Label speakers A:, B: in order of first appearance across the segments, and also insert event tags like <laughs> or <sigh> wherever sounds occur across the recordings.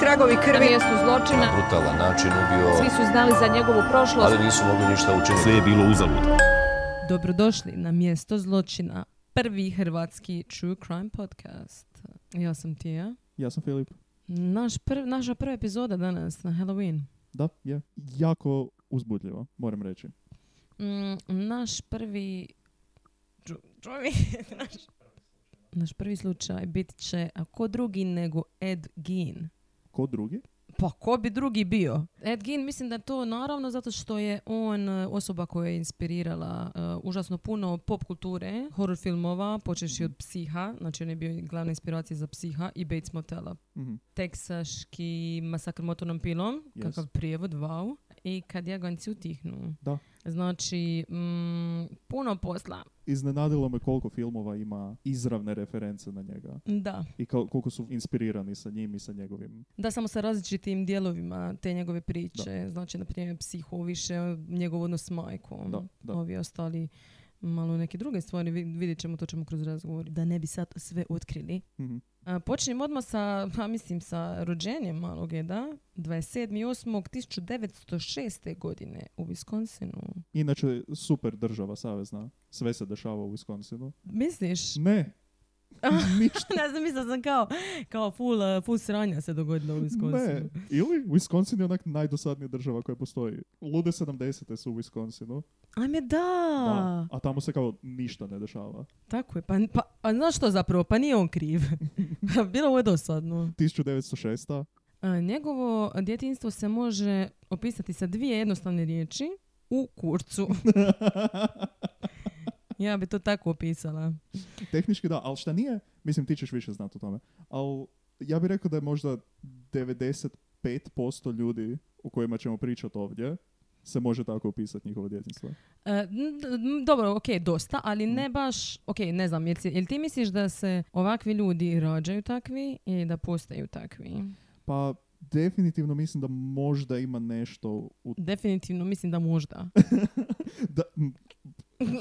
A: tragovi
B: Na
A: krvi.
B: mjestu zločina.
C: brutalan način
B: Svi
C: ubio,
B: su znali za njegovu prošlost.
C: ali nisu mogli ništa učiniti.
D: Sve je bilo uzalud.
E: Dobrodošli na mjesto zločina, prvi hrvatski true crime podcast. Ja sam Tija.
F: Ja sam Filip.
E: Naš prv, naša prva epizoda danas na Halloween.
F: Da, je. Jako uzbudljivo, moram reći.
E: Mm, naš prvi... Ču- čuvi, <laughs> naš, naš prvi slučaj bit će, a ko drugi nego Ed Gein?
F: Ko drugi?
E: Pa ko bi drugi bio? Ed Gein mislim da je to naravno zato što je on e, osoba koja je inspirirala e, užasno puno pop kulture, horror filmova, počevši od Psiha, znači on je bio i glavna inspiracija za Psiha i Bates Motela.
F: Mhm.
E: Teksaški masakr motornom pilom,
F: Yes.
E: kakav prijevod, wow. I kad jaganci utihnu.
F: Da.
E: Znači, mm, puno posla.
F: Iznenadilo me koliko filmova ima izravne reference na njega
E: Da.
F: i kao- koliko su inspirirani sa njim i sa njegovim.
E: Da, samo sa različitim dijelovima te njegove priče. Znači, na primjer, psiho više, njegov odnos s majkom.
F: Da, da.
E: Ovi ostali malo neke druge stvari, vid- vidjet ćemo, to ćemo kroz razgovor. Da ne bi sad sve otkrili.
F: Mhm.
E: A, počinjem odmah sa, pa mislim, sa rođenjem malog Eda, 27.8.1906. godine u Wisconsinu.
F: Inače, super država savezna. Sve se dešava u Wisconsinu.
E: Misliš?
F: Ne, ništa.
E: <laughs> ne znam, mislila sam kao, kao full, uh, full sranja se dogodilo u Wisconsinu.
F: Ne. Ili Wisconsin je onak najdosadnija država koja postoji. Lude 70. su u Wisconsinu.
E: Ajme da.
F: Da. A tamo se kao ništa ne dešava.
E: Tako je, pa, pa a znaš što zapravo, pa nije on <laughs> kriv. Pa Bilo ovo je dosadno.
F: 1906.
E: A, njegovo djetinjstvo se može opisati sa dvije jednostavne riječi u <laughs> kurcu. ja bi to tako opisala.
F: Tehnički da, ali šta nije, mislim ti ćeš više znati o tome, ali ja bih rekao da je možda 95% ljudi o kojima ćemo pričati ovdje se može tako opisati njihovo djetinjstvo.
E: E, n- d- m, dobro, ok, dosta, ali ne baš, ok, ne znam, jel, si- jel ti misliš da se ovakvi ljudi rađaju takvi i da postaju takvi?
F: Pa definitivno mislim da možda ima nešto u...
E: Definitivno mislim da možda.
F: Da, m,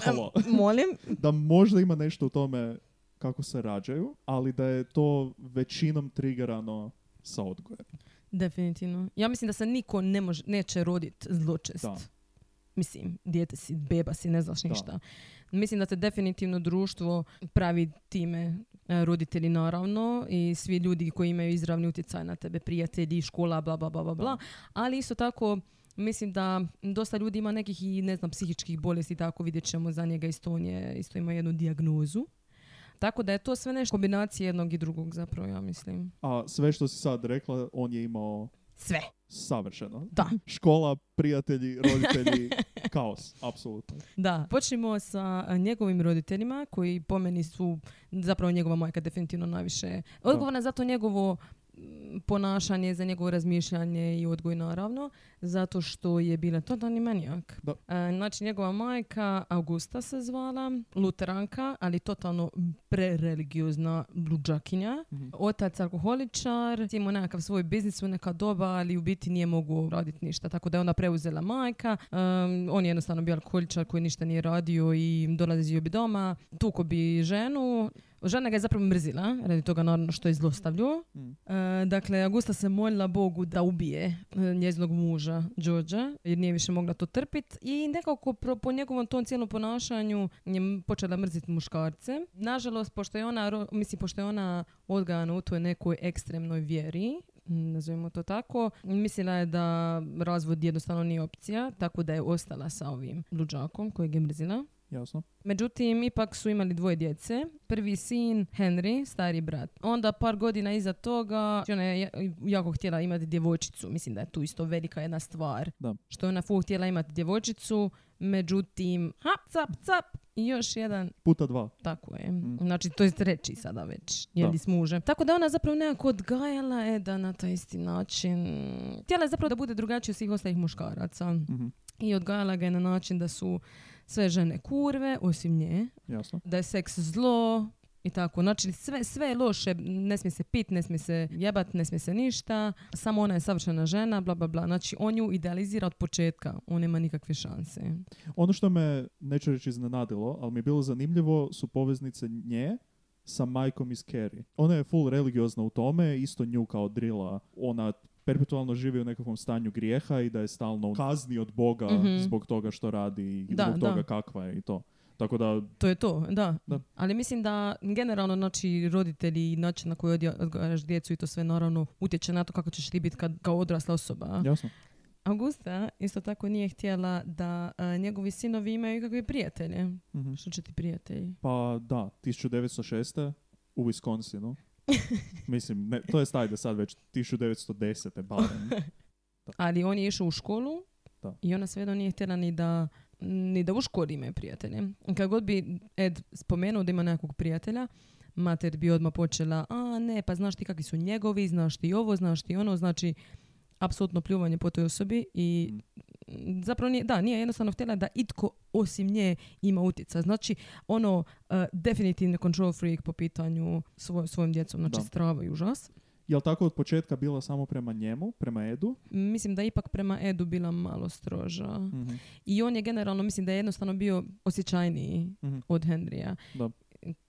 F: halo.
E: <laughs> Molim?
F: da možda ima nešto u tome kako se rađaju, ali da je to većinom trigerano sa odgojem.
E: Definitivno. Ja mislim da se niko ne može, neće rodit zločest.
F: Da.
E: Mislim, dijete si, beba si, ne znaš
F: Da.
E: ništa. Mislim da se definitivno društvo pravi time e, roditelji naravno i svi ljudi koji imaju izravni utjecaj na tebe, prijatelji, škola, bla, bla, bla, bla, bla. Ali isto tako mislim da dosta ljudi ima nekih i ne znam psihičkih bolesti i tako vidjet ćemo za njega isto on je, isto ima jednu dijagnozu. Tako da je to sve nešto kombinacije jednog i drugog zapravo, ja mislim.
F: A sve što si sad rekla, on je imao
E: Sve.
F: savršeno.
E: Da.
F: Škola,
E: <laughs>
F: prijatelji, roditelji, kaos, apsolutno.
E: Da, počnimo sa a, njegovim roditeljima koji po meni su zapravo njegova majka definitivno najviše odgovorna za to njegovo mm, ponašanje, za njegovo razmišljanje i odgoj naravno, zato što je bila totalni manijak.
F: Da.
E: E, Znači njegova majka Augusta se zvala, luteranka, ali totalno prereligiozna luđakinja. Otac alkoholičar, imao nekakav svoj biznis u neka doba, ali u biti nije mogu raditi ništa. Tako da je onda preuzela majka. Em, on je jednostavno bio alkoholičar koji ništa nije radio i dolazio bi doma, tuko bi ženu. Žena ga je zapravo mrzila, radi toga naravno što je zlostavljao. E, dakle, Augusta se molila Bogu da ubije e, njezinog muža, Đorđa, jer nije više mogla to trpit. I nekako pro- po njegovom tom cijelom ponašanju je m- počela mrziti muškarce. Nažalost, pošto je ona, ro- mislim, pošto je ona odgajana u toj nekoj ekstremnoj vjeri, m, nazovimo to tako, mislila je da razvod jednostavno nije opcija, tako da je ostala sa ovim luđakom kojeg je mrzila.
F: Jasno.
E: Međutim, ipak su imali dvoje djece. Prvi sin, Henry, stari brat. Onda par godina iza toga, ona je ja- jako htjela imati djevojčicu. Mislim da je tu isto velika jedna stvar.
F: Da.
E: Što je ona full htjela imati djevojčicu, međutim, hap, cap, cap, i još jedan
F: Puta dva.
E: tako je. Znači, to je treći sada već, jer
F: Mm. Da.
E: s mužem. Tako da ona zapravo nekako odgajala je da na taj isti način... Htjela je zapravo da bude drugačija od svih ostalih muškaraca.
F: Mhm.
E: I odgajala ga je na način da su sve žene kurve, osim nje,
F: Jasno.
E: da je seks zlo i tako. Znači, sve, sve je loše, ne smije se pit, ne smije se jebat, ne smije se ništa, samo ona je savršena žena, bla, bla, bla. Znači, on ju idealizira od početka, on nema nikakve šanse.
F: Ono što me, neću reći iznenadilo, ali mi je bilo zanimljivo, su poveznice nje sa majkom iz Kerry. Ona je full religiozna u tome, isto nju kao drila. Ona perpetualno živi u nekakvom stanju grijeha i da je stalno u kazni od Boga
E: Mhm.
F: zbog toga što radi i
E: Da,
F: zbog
E: da.
F: toga kakva je i to. Tako da,
E: To je to, da.
F: Da.
E: Ali mislim da generalno znači, roditelji i način na koji odja- odgajaš djecu i to sve naravno utječe na to kako ćeš ti biti kad, kao odrasla osoba.
F: jasno.
E: Augusta isto tako nije htjela da e, njegovi sinovi imaju ikakve prijatelje.
F: Mhm.
E: Što će ti prijatelji?
F: Pa da, 1906. u Wisconsinu. Mislim, ne, to je stajde sad već 1910. barem.
E: Ali on je išao u školu
F: Da.
E: i ona svejedno nije htjela ni da ni da u školi imaju prijatelje. Kad god bi Ed spomenuo da ima nekog prijatelja, mater bi odmah počela, a ne, pa znaš ti kakvi su njegovi, znaš ti ovo, znaš ti ono, znači apsolutno pljuvanje po toj osobi i m, zapravo nije, da, nije jednostavno htjela da itko osim nje ima utjeca. Znači, ono, eh, definitivno control freak po pitanju svoj, svojim djecom, znači
F: Da.
E: strava i užas.
F: Jel tako od početka bila samo prema njemu, prema Edu?
E: Mislim da je ipak prema Edu bila malo stroža.
F: Mhm.
E: I on je generalno, mislim da je jednostavno bio osjećajniji
F: Mhm.
E: od Henrya.
F: Da.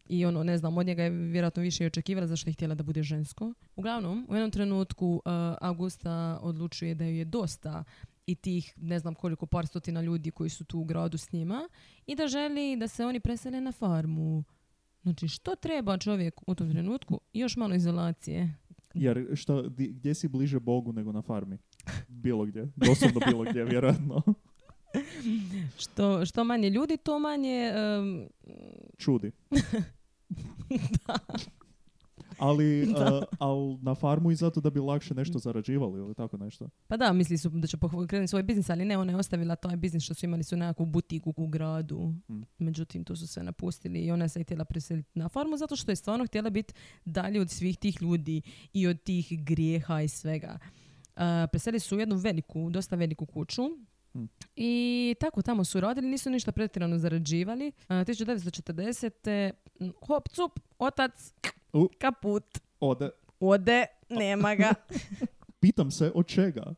E: I ono, ne znam, od njega je vjerojatno više i očekivala zašto je htjela da bude žensko. Uglavnom, u jednom trenutku eh, Augusta odlučuje da ju je dosta i tih, ne znam koliko, par stotina ljudi koji su tu u gradu s njima i da želi da se oni presele na farmu. Znači, što treba čovjek u tom trenutku? Još malo izolacije.
F: Jer što, di- gdje si bliže Bogu nego na farmi? Bilo gdje. Doslovno bilo gdje, vjerojatno.
E: Što, što manje ljudi, to manje... um, em,
F: Čudi. Ali, eh, al na farmu i zato da bi lakše nešto zarađivali ili tako nešto.
E: Pa da, mislili su da će pokrenuti svoj biznis, ali ne, ona je ostavila taj biznis što su imali su nekakvu butiku u gradu.
F: Mm.
E: Međutim, to su sve napustili i ona se je htjela preseliti na farmu zato što je stvarno htjela biti dalje od svih tih ljudi i od tih grijeha i svega. Uh, preselili su u jednu veliku, dosta veliku kuću.
F: Mm.
E: I tako tamo su radili, nisu ništa pretjerano zarađivali. Uh, 1940. m, mm, hop, cup, otac,
F: U.
E: kaput,
F: Ode,
E: ode, nema
F: <laughs>
E: ga.
F: pitam se od
E: <laughs>
F: čega.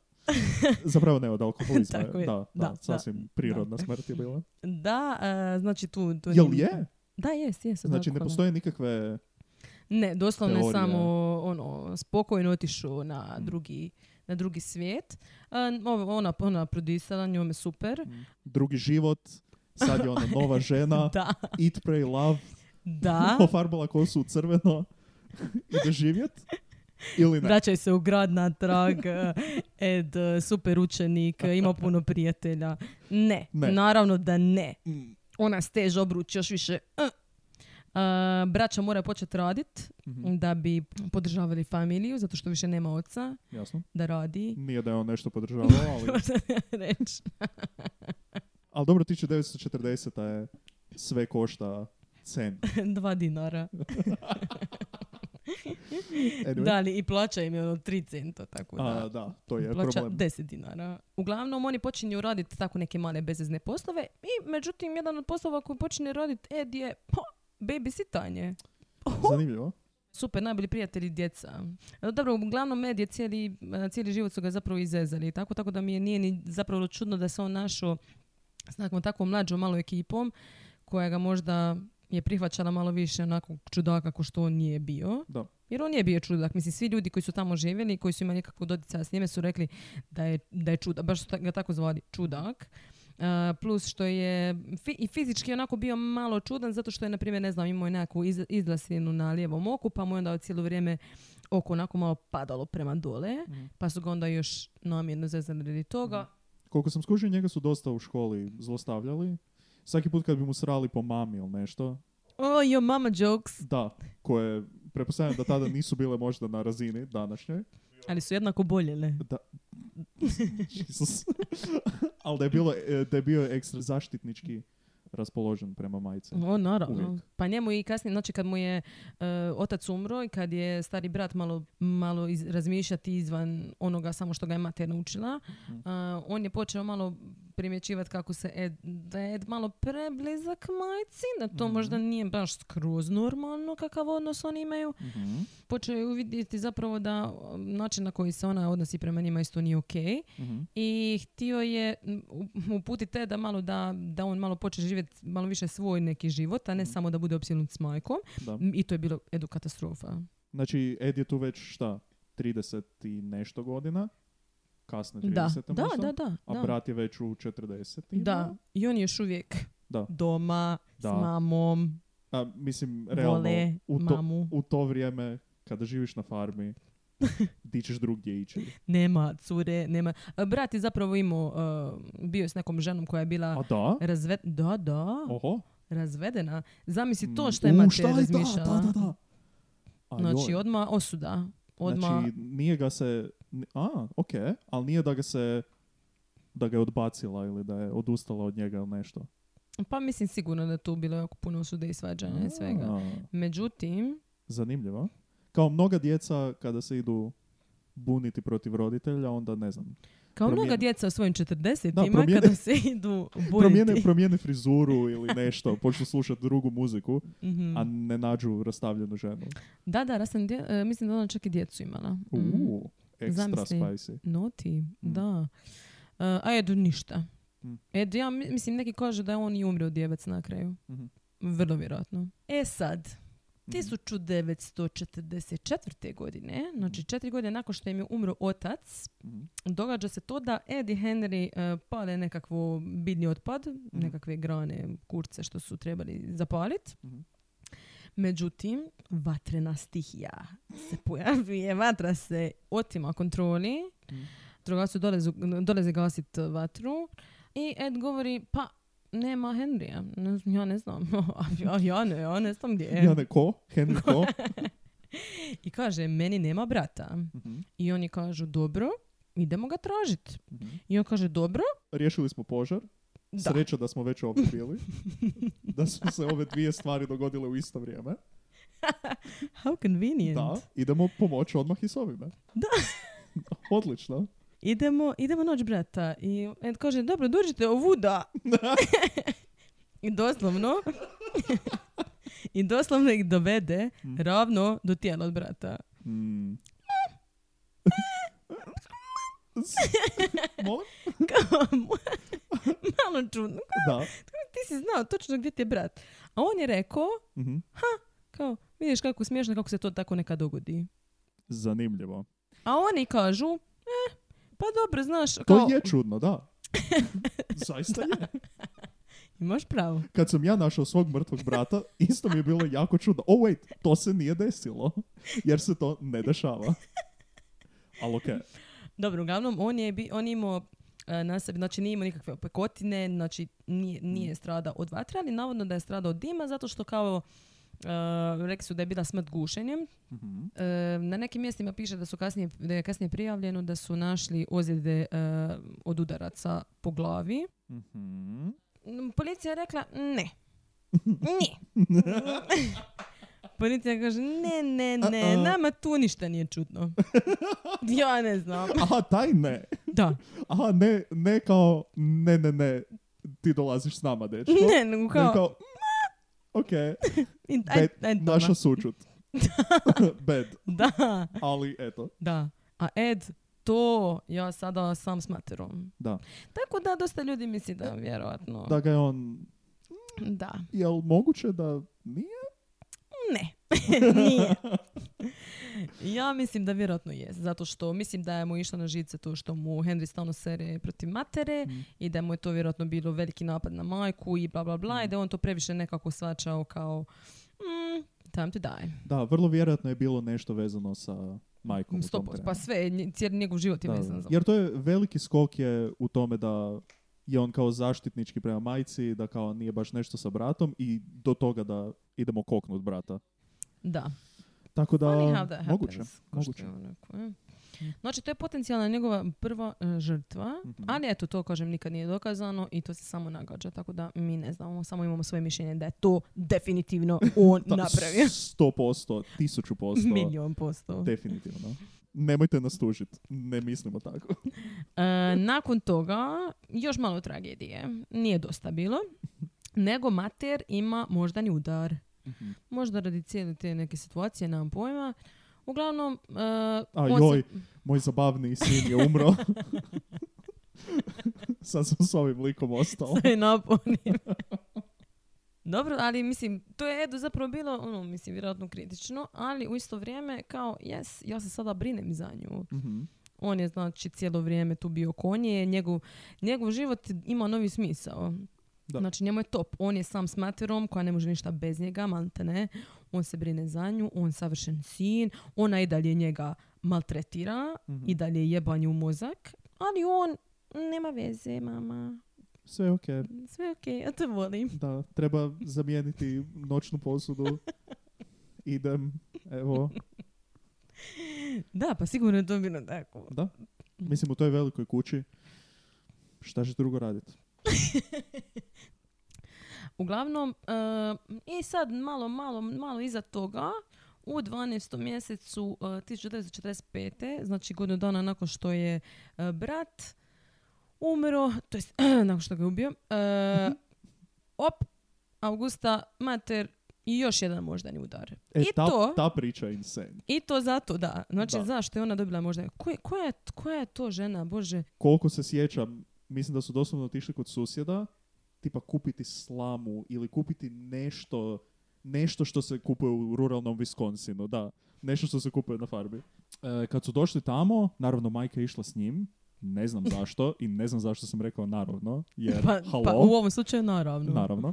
F: Zapravo ne od alkoholizma.
E: Tako je.
F: Da, da,
E: Da, da,
F: sasvim prirodna smrt je
E: <laughs>
F: bila.
E: Da, e, znači tu... tu
F: Jel
E: nije-
F: je?
E: Da, jest, jest. od
F: Znači ne
E: alkohola.
F: postoje nikakve...
E: Ne, doslovno je
F: teorije.
E: samo ono, spokojno otišao na
F: Mm.
E: drugi, na drugi svijet. E, ovo- ona, ona prodisala, njome super.
F: drugi život, sad je ona nova žena,
E: <laughs> Da,
F: eat, pray, love,
E: da.
F: <laughs> pofarbala kosu u crveno, <laughs> ide živjet ili ne.
E: Vraćaj se u grad na trag, e, Ed, e, super učenik, e, ima puno prijatelja. Ne,
F: Ne. Mm.
E: naravno da ne. Ona steže obruč još više. e. E, braća mora početi radit
F: Mhm,
E: da bi podržavali familiju, zato što više nema oca
F: jasno.
E: da radi. <laughs>
F: Nije da je on nešto podržavao, ali...
E: Možda reći.
F: Ali dobro, 1940 je sve košta
E: <laughs>
F: cent.
E: Dva dinara.
F: Anyway,
E: Da, ali i plaća im je ono 3 centa, tako da.
F: E, a, da, to je
E: plaća
F: problem.
E: 10 dinara. Uglavnom, oni počinju raditi tako neke male bezvezne poslove i međutim, jedan od poslova koji počinje raditi Ed je pa, babysitanje.
F: Zanimljivo.
E: Super, najbolji prijatelji djeca. E, Dobro, uglavnom Ed je cijeli, e, cijeli život su ga zapravo izezali, i tako, tako da mi je nije ni zapravo čudno da se on našao s nekom takvom mlađom malo ekipom koja ga možda je prihvaćala malo više onako čudaka ko što on nije bio.
F: Da.
E: Jer on je bio čudak. Mislim, svi ljudi koji su tamo živjeli, koji su imali nekakvog doticaja s njime su rekli da je, da je čudak. Baš su ta- ga tako zvali, čudak. E, plus što je fi- i fizički onako bio malo čudan zato što je, na primjer, ne znam, imao je nekakvu iz, izlasinu na lijevom oku, pa mu je onda cijelo vrijeme oko onako malo padalo prema dole,
F: Mhm.
E: pa su ga onda još namjerno zezali radi toga.
F: Koliko sam skužio, njega su dosta u školi zlostavljali. Svaki put kad bi mu srali po mami ili nešto,
E: Oh, your mama jokes.
F: da, koje pretpostavljam da tada nisu bile možda na razini
E: <laughs>
F: današnjoj,
E: Ali su jednako boljele.
F: Jesus. <laughs> Ali da je, bilo, e, da je bio ekstra zaštitnički raspoložen prema majice.
E: O, naravno.
F: Uvijek.
E: Pa njemu i kasnije, znači kad mu je e, otac umro i kad je stari brat malo, malo iz, razmišljati izvan onoga samo što ga je mater naučila,
F: Mhm.
E: a, on je počeo malo primjećivati kako se Ed, da je Ed malo preblizak majci, da to
F: Mhm.
E: možda nije baš skroz normalno kakav odnos oni imaju.
F: Mhm,
E: Počeo je uvidjeti zapravo da um, način na koji se ona odnosi prema njima isto nije okej.
F: mhm.
E: I htio je m, u- uputiti te da malo da, da on malo počne živjeti malo više svoj neki život, a ne
F: Mhm.
E: samo da bude opsjednut s majkom.
F: Da.
E: M, I to je bilo edu katastrofa.
F: Znači, Ed je tu već šta, 30 i nešto godina, kasne 30
E: Da, da,
F: možda,
E: da, da.
F: a
E: da.
F: brat je već u 40
E: Da, i on je još uvijek
F: Da.
E: doma
F: Da.
E: s mamom,
F: A, mislim, realno,
E: vole
F: u, to,
E: mamu.
F: u to vrijeme kada živiš na
E: <laughs>
F: farmi, di ćeš drugdje ići.
E: Nema cure, nema... A, Brat je zapravo imao, uh, bio je s nekom ženom koja je
F: A
E: bila
F: da?
E: razve... da, da,
F: Oho.
E: razvedena. Zamisli to
F: Mm,
E: što je mater
F: u, šta je, da,
E: razmišljala.
F: Da, da, da. A
E: Znači,
F: joj.
E: odmah osuda. Odmah,
F: Znači, nije ga se... ni- A, ok, ali nije da ga se da ga je odbacila ili da je odustala od njega ili nešto.
E: pa mislim sigurno da je tu bilo jako puno osude i svađanja i svega.
F: A,
E: Međutim,
F: zanimljivo. Kao mnoga djeca kada se idu buniti protiv roditelja, onda ne znam.
E: kao mnoga
F: Promijene.
E: djeca u svojim 40
F: Da,
E: ima
F: promijene-
E: kada se
F: <laughs>
E: idu
F: Promijene,
E: buniti.
F: promijene frizuru ili nešto, počnu slušati drugu muziku,
E: Mhm.
F: a ne nađu rastavljenu ženu.
E: Da, da, rastan dje- e, mislim da je ona čak i djecu imala. Mm.
F: Uuu, ekstra
E: Zamisli.
F: spicy.
E: Noti, da. E, a Edu ništa.
F: Mm.
E: Edu, ja mi- mislim, neki kažu da je on i umrio djevac na kraju.
F: Mhm.
E: Vrlo vjerojatno. E sad,
F: Mhm.
E: 1944. godine, znači
F: Mhm.
E: četiri godine nakon što im je umro otac,
F: Mhm.
E: događa se to da Eddie Henry e, pale nekakvo biljni otpad, nekakve grane, kurce što su trebali zapalit.
F: Mhm.
E: Međutim, vatrena stihija se pojavljuje, vatra se otima kontroli,
F: Mhm.
E: drugaci dolaze, dolaze gasit vatru i Ed govori, pa nema Henrya, Ne znam, ja ne znam, <laughs> ja, ja ne, ja ne znam gdje je.
F: Ja ne, ko? Henry
E: <laughs>
F: ko?
E: I kaže, meni nema brata.
F: Mhm,
E: I oni kažu, dobro, idemo ga tražiti.
F: mhm.
E: I on kaže, dobro,
F: Riješili smo požar.
E: da.
F: Sreća da smo već ovdje bili. da su se ove dvije stvari dogodile u isto vrijeme.
E: How convenient.
F: Da, idemo pomoći odmah i s ovime.
E: Da.
F: <laughs> Odlično.
E: Idemo, idemo noć brata. I Ed kaže, dobro, dođite ovuda.
F: <laughs>
E: I doslovno... <laughs> I doslovno ih dovede
F: Mm.
E: ravno do tijela od brata. <laughs>
F: Mm. S- Molim?
E: Malo čudno.
F: Da.
E: Ti si znao točno gdje ti je brat. A on je rekao,
F: Mhm.
E: kao, vidiš kako smiješno kako se to tako nekad dogodi.
F: Zanimljivo.
E: A oni kažu, eh, pa dobro, znaš,
F: To
E: kao,
F: je
E: <laughs>
F: čudno, da. Zaista je.
E: imaš pravo.
F: Kad sam ja našao svog mrtvog brata, isto mi je bilo jako čudno. Oh wait, to se nije desilo. Jer se to ne dešava. Ali okej.
E: Dobro, uglavnom, on je, bi, on je imao e, na sebi, znači nije imao nikakve opekotine, znači nije, nije stradao od vatre, ali navodno da je stradao od dima zato što kao e, rekli su da je bila smrt gušenjem.
F: Mhm.
E: E, na nekim mjestima piše da su kasnije, da je kasnije prijavljeno da su našli ozljede e, od udaraca po glavi.
F: Mhm.
E: Mm, Policija je rekla ne. Ne. Policija kaže ne, ne, ne,
F: Uh-uh.
E: nama tu ništa nije čudno. <laughs> Ja ne znam.
F: Aha, taj ne.
E: Da.
F: Aha, ne, ne kao, ne, ne, ne, ti dolaziš s nama, dečko.
E: Ne, nego
F: Nego
E: kao,
F: kao, ok,
E: I- aj-
F: bad,
E: aj doma.
F: naša sučut.
E: <laughs>
F: bad,
E: Da,
F: ali eto,
E: da. A Ed, to ja sada sam smaterom.
F: Da.
E: Tako da dosta ljudi misli da vjerojatno.
F: da ga je on,
E: Da.
F: jel moguće da nije?
E: Ne. <laughs> Nije. ja mislim da vjerojatno je. Zato što mislim da je mu išlo na živce to što mu Henry stalno sere protiv matere
F: Mm.
E: i da mu je to vjerojatno bilo veliki napad na majku i bla bla bla
F: Mm.
E: i da je on to previše nekako svačao kao mm, time to die.
F: Da, vrlo vjerojatno je bilo nešto vezano sa majkom u tom
E: Stopo,
F: trenu.
E: pa sve, nje- cijeli njegov život je
F: Da,
E: vezan
F: da.
E: za
F: Jer to je veliki skok je u tome da je on kao zaštitnički prema majci, da kao nije baš nešto sa bratom i do toga da idemo koknut brata.
E: Da.
F: Tako da,
E: Funny how that
F: moguće.
E: happens, ko što
F: moguće.
E: je onako, eh. Znači, to je potencijalna njegova prva e, žrtva,
F: Mhm.
E: ali eto, to kažem nikad nije dokazano i to se samo nagađa, tako da mi ne znamo, samo imamo svoje mišljenje da je to
F: <laughs>
E: definitivno on
F: Da,
E: napravio.
F: 100%, 1000%.
E: Milion posto.
F: Definitivno. nemojte nas tužit. Ne mislimo tako.
E: E, nakon toga, još malo tragedije. Nije dosta bilo. Nego Mater ima moždani udar.
F: Mhm.
E: Možda radi cijele te neke situacije, nemam pojma. Uglavnom, e,
F: A
E: on se-
F: joj, moj zabavni sin je umro. <laughs> Sad sam s ovim likom
E: <laughs>
F: ostao.
E: se napunim. Dobro, ali mislim, to je Edu zapravo bilo, ono, mislim, vjerojatno kritično, ali u isto vrijeme kao, jes, ja se sada brinem za nju.
F: Mhm.
E: On je, znači, cijelo vrijeme tu bio konje, njegov, njegov život ima novi smisao.
F: Da.
E: Znači, njemu je top. On je sam s materom koja ne može ništa bez njega, malte ne. On se brine za nju, on savršen sin, ona i dalje njega maltretira,
F: Mhm.
E: i dalje jebanje u mozak, ali on, nema veze, mama,
F: Sve je okej.
E: sve okej, ja te volim.
F: Da, treba zamijeniti noćnu
E: <laughs>
F: posudu. Idem, evo,
E: Da, pa sigurno je to bilo tako.
F: da. Mislim, u toj velikoj kući, šta će drugo raditi?
E: Uglavnom, e, i sad malo, malo, malo iza toga, u 12. mjesecu e, 1945. znači godinu dana nakon što je e, brat umro, to jest <clears throat> nakon što ga je ubio,
F: Mhm.
E: e, op, Augusta, mater i još jedan moždani udar.
F: E,
E: I
F: ta,
E: to-
F: ta priča je insane.
E: I to zato, da. Znači,
F: Da.
E: zašto je ona dobila možda... Ko je- koja, je, koja je to žena, bože?
F: Koliko se sjećam, mislim da su doslovno otišli kod susjeda, tipa kupiti slamu ili kupiti nešto, nešto što se kupuje u ruralnom Wisconsinu, da. Nešto što se kupuje na farbi. E, kad su došli tamo, naravno majka je išla s njim,
E: <laughs>
F: ne znam zašto i ne znam zašto sam rekao naravno, jer
E: Pa,
F: halo.
E: pa u ovom slučaju naravno.
F: Naravno.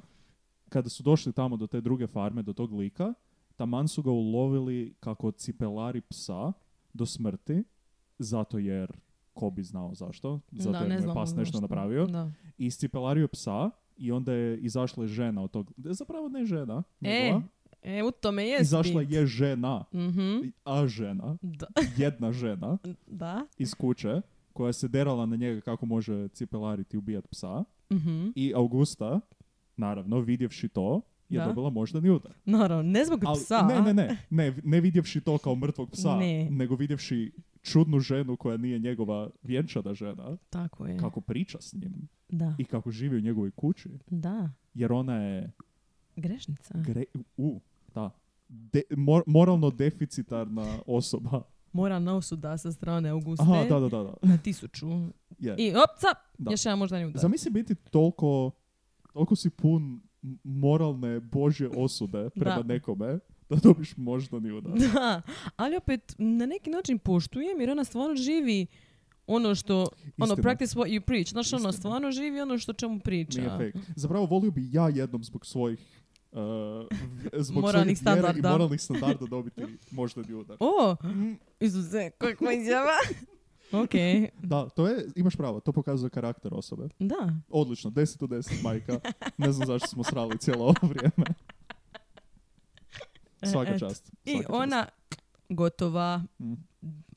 F: Kada su došli tamo do te druge farme, do tog lika, taman su ga ulovili kako cipelari psa do smrti, zato jer ko bi znao zašto, zato
E: Da,
F: jer
E: ne
F: mu je
E: znamo
F: pas nešto
E: zašto.
F: napravio.
E: Da.
F: I iscipelario psa i onda je izašla je žena od tog, zapravo ne žena,
E: E,
F: njegova.
E: e, u tome je
F: izašla je žena,
E: Mhm.
F: a žena,
E: Da.
F: jedna
E: <laughs>
F: žena
E: da.
F: iz kuće koja se derala na njega kako može cipelariti i ubijat psa.
E: Mhm.
F: I Augusta, naravno, vidjevši to, je
E: Da.
F: dobila moždani udar.
E: Naravno, ne zbog
F: Ali-
E: psa.
F: Ne, ne, ne, ne. Ne vidjevši to kao mrtvog psa,
E: Ne.
F: nego vidjevši čudnu ženu koja nije njegova vjenčana žena,
E: Tako je.
F: kako priča s njim
E: Da.
F: i kako živi u njegovoj kući.
E: Da.
F: Jer ona je
E: Grešnica.
F: gre... U, da. De- mor- moralno deficitarna osoba.
E: Moralna osuda sa strane Auguste
F: Aha, da, da, da. da.
E: na tisuću.
F: Je.
E: I opca,
F: Da.
E: još jedan možda ni udar.
F: Zamisli biti toliko, toliko si pun m- moralne božje osude prema
E: Da.
F: nekome da dobiš moždani udar.
E: Da, ali opet na neki način poštujem jer ona stvarno živi ono što, ono
F: Istina.
E: practice what you preach, znaš ono
F: Istina.
E: stvarno živi ono što čemu priča.
F: Nije fake. Zapravo volio bi ja jednom zbog svojih uh, v- zbog
E: Moralnih
F: svojih vjera
E: standarda. Mm.
F: i moralnih standarda dobiti možda bi udar.
E: O, Izuzet, kakva izjava. <laughs> ok,
F: Da, to je, imaš pravo, to pokazuje karakter osobe.
E: da.
F: Odlično, 10 u 10, majka. Ne znam zašto smo srali cijelo ovo vrijeme.
E: E,
F: Svaka
E: eto.
F: čast.
E: I
F: svaka čast.
E: ona gotova.
F: Mm.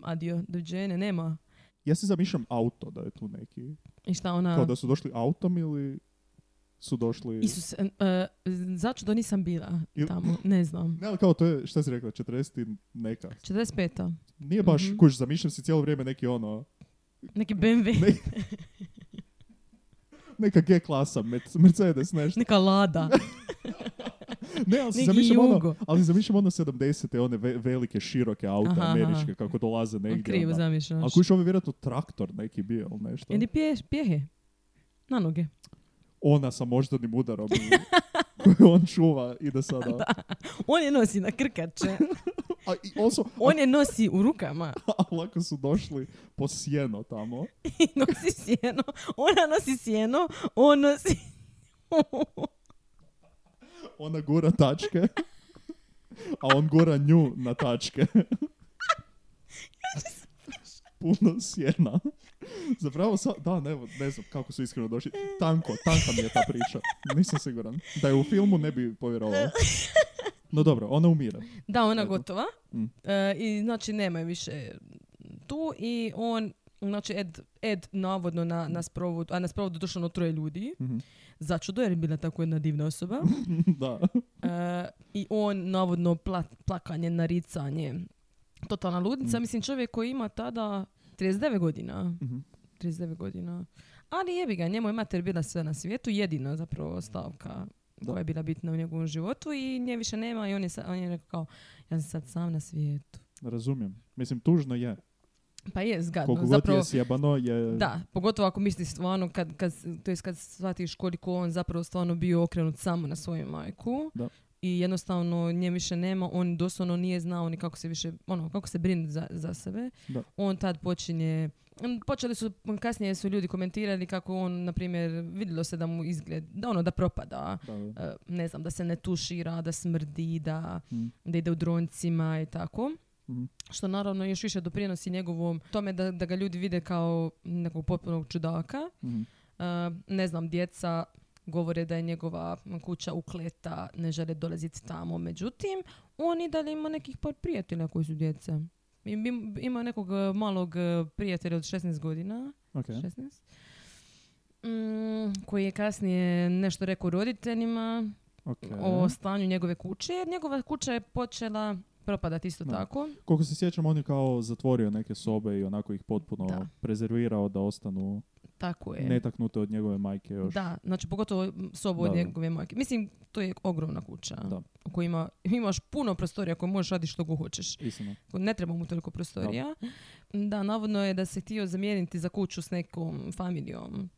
E: Adio, dođene, nema.
F: Ja si zamišljam auto da je tu neki.
E: I šta ona...
F: Kao da su došli autom ili su došli...
E: Isus, začu da e, nisam bila
F: Il-
E: tamo, ne znam.
F: Ne, ali kao to je, šta si rekla, 40 neka.
E: 45.
F: Nije baš,
E: Mhm.
F: kuš, zamišljam si cijelo vrijeme neki ono,
E: Neki BMW,
F: Ne- neka G klasa, Mer- Mercedes, nešto.
E: neka Lada.
F: <laughs> Ne, ali si
E: Neki
F: zamišljam ono,
E: Jugo.
F: ali zamišljam ono 70-te, one ve- velike, široke auta
E: Aha, aha.
F: američke, kako dolaze negdje.
E: Krivo
F: onda.
E: zamišljaš.
F: A kuš, ovo je vjerojatno traktor neki bio ili nešto.
E: Ili pje, pjehe. Na
F: <laughs>
E: noge.
F: Ona sa moždanim udarom
E: <laughs>
F: i- koju on čuva ide sada.
E: On je nosi na krkače.
F: A, i also,
E: On je nosi u rukama.
F: <laughs>
E: <laughs>
F: a, lako su došli po sjeno tamo.
E: I nosi sjeno. Ona nosi sjeno. On nosi... <laughs>
F: Ona gura tačke. A on gura nju na tačke. Puno sjena. Zapravo, sa, da, ne, ne znam kako su iskreno došli. Tanko, tanka mi je ta priča. Nisam siguran. Da je u filmu ne bi povjerovao. No dobro, ona umire.
E: da, ona
F: Eto.
E: gotova.
F: Mm.
E: E, I znači nema je više tu i on... Znači, Ed, Ed navodno na, na sprovodu, a na sprovodu došlo ono troje ljudi.
F: Mhm.
E: Začudo, jer je bila tako jedna divna osoba.
F: Da.
E: E, I on, navodno, pla- plakanje, naricanje. totalna ludnica.
F: Mm.
E: Mislim, čovjek koji ima tada 39 godina.
F: Mhm.
E: 39 godina. Ali jebi ga, njemu je mater bila sve na svijetu, jedina zapravo stavka
F: Mhm. Da.
E: koja je bila bitna u njegovom životu i nje više nema i on je, sa- on je rekao kao, ja sam sad sam na svijetu.
F: Razumijem. Mislim, tužno je.
E: Pa je, zgadno.
F: Koliko god
E: zapravo,
F: je sjebano je...
E: Da, pogotovo ako misliš stvarno, kad, kad, to jest kad shvatiš koliko on zapravo stvarno bio okrenut samo na svoju majku
F: Da.
E: i jednostavno nje više nema, on doslovno nije znao ni kako se više, ono, kako se brinuti za, za sebe.
F: Da.
E: On tad počinje, m, počeli su, kasnije su ljudi komentirali kako on, na primjer, vidjelo se da mu izgled, da ono, da propada.
F: Da, da.
E: e, ne znam, da se ne tušira, da smrdi, da,
F: Mm.
E: da ide u droncima i tako.
F: Mhm.
E: Što naravno još više doprinosi njegovom tome da, da ga ljudi vide kao nekog potpunog čudaka.
F: Mhm.
E: E, ne znam, djeca govore da je njegova kuća ukleta, ne žele dolaziti tamo. Međutim, on i dalje ima nekih par prijatelja koji su djeca. Im- im- Ima nekog e, malog e, prijatelja od 16 godina.
F: Ok.
E: 16. Mm, koji je kasnije nešto rekao roditeljima
F: ok.
E: o stanju njegove kuće, jer njegova kuća je počela propadati isto
F: Da.
E: tako.
F: Koliko se sjećam, on je kao zatvorio neke sobe i onako ih potpuno
E: Da.
F: prezervirao da ostanu
E: Tako je.
F: netaknute od njegove majke još.
E: Da, znači pogotovo m, sobu od
F: Da, da.
E: njegove majke. Mislim, to je ogromna kuća
F: Da.
E: u kojoj ima, imaš puno prostorija koje možeš raditi što god hoćeš.
F: Istina.
E: Ne treba mu toliko prostorija. Da, navodno je da se htio zamijeniti za kuću s nekom familijom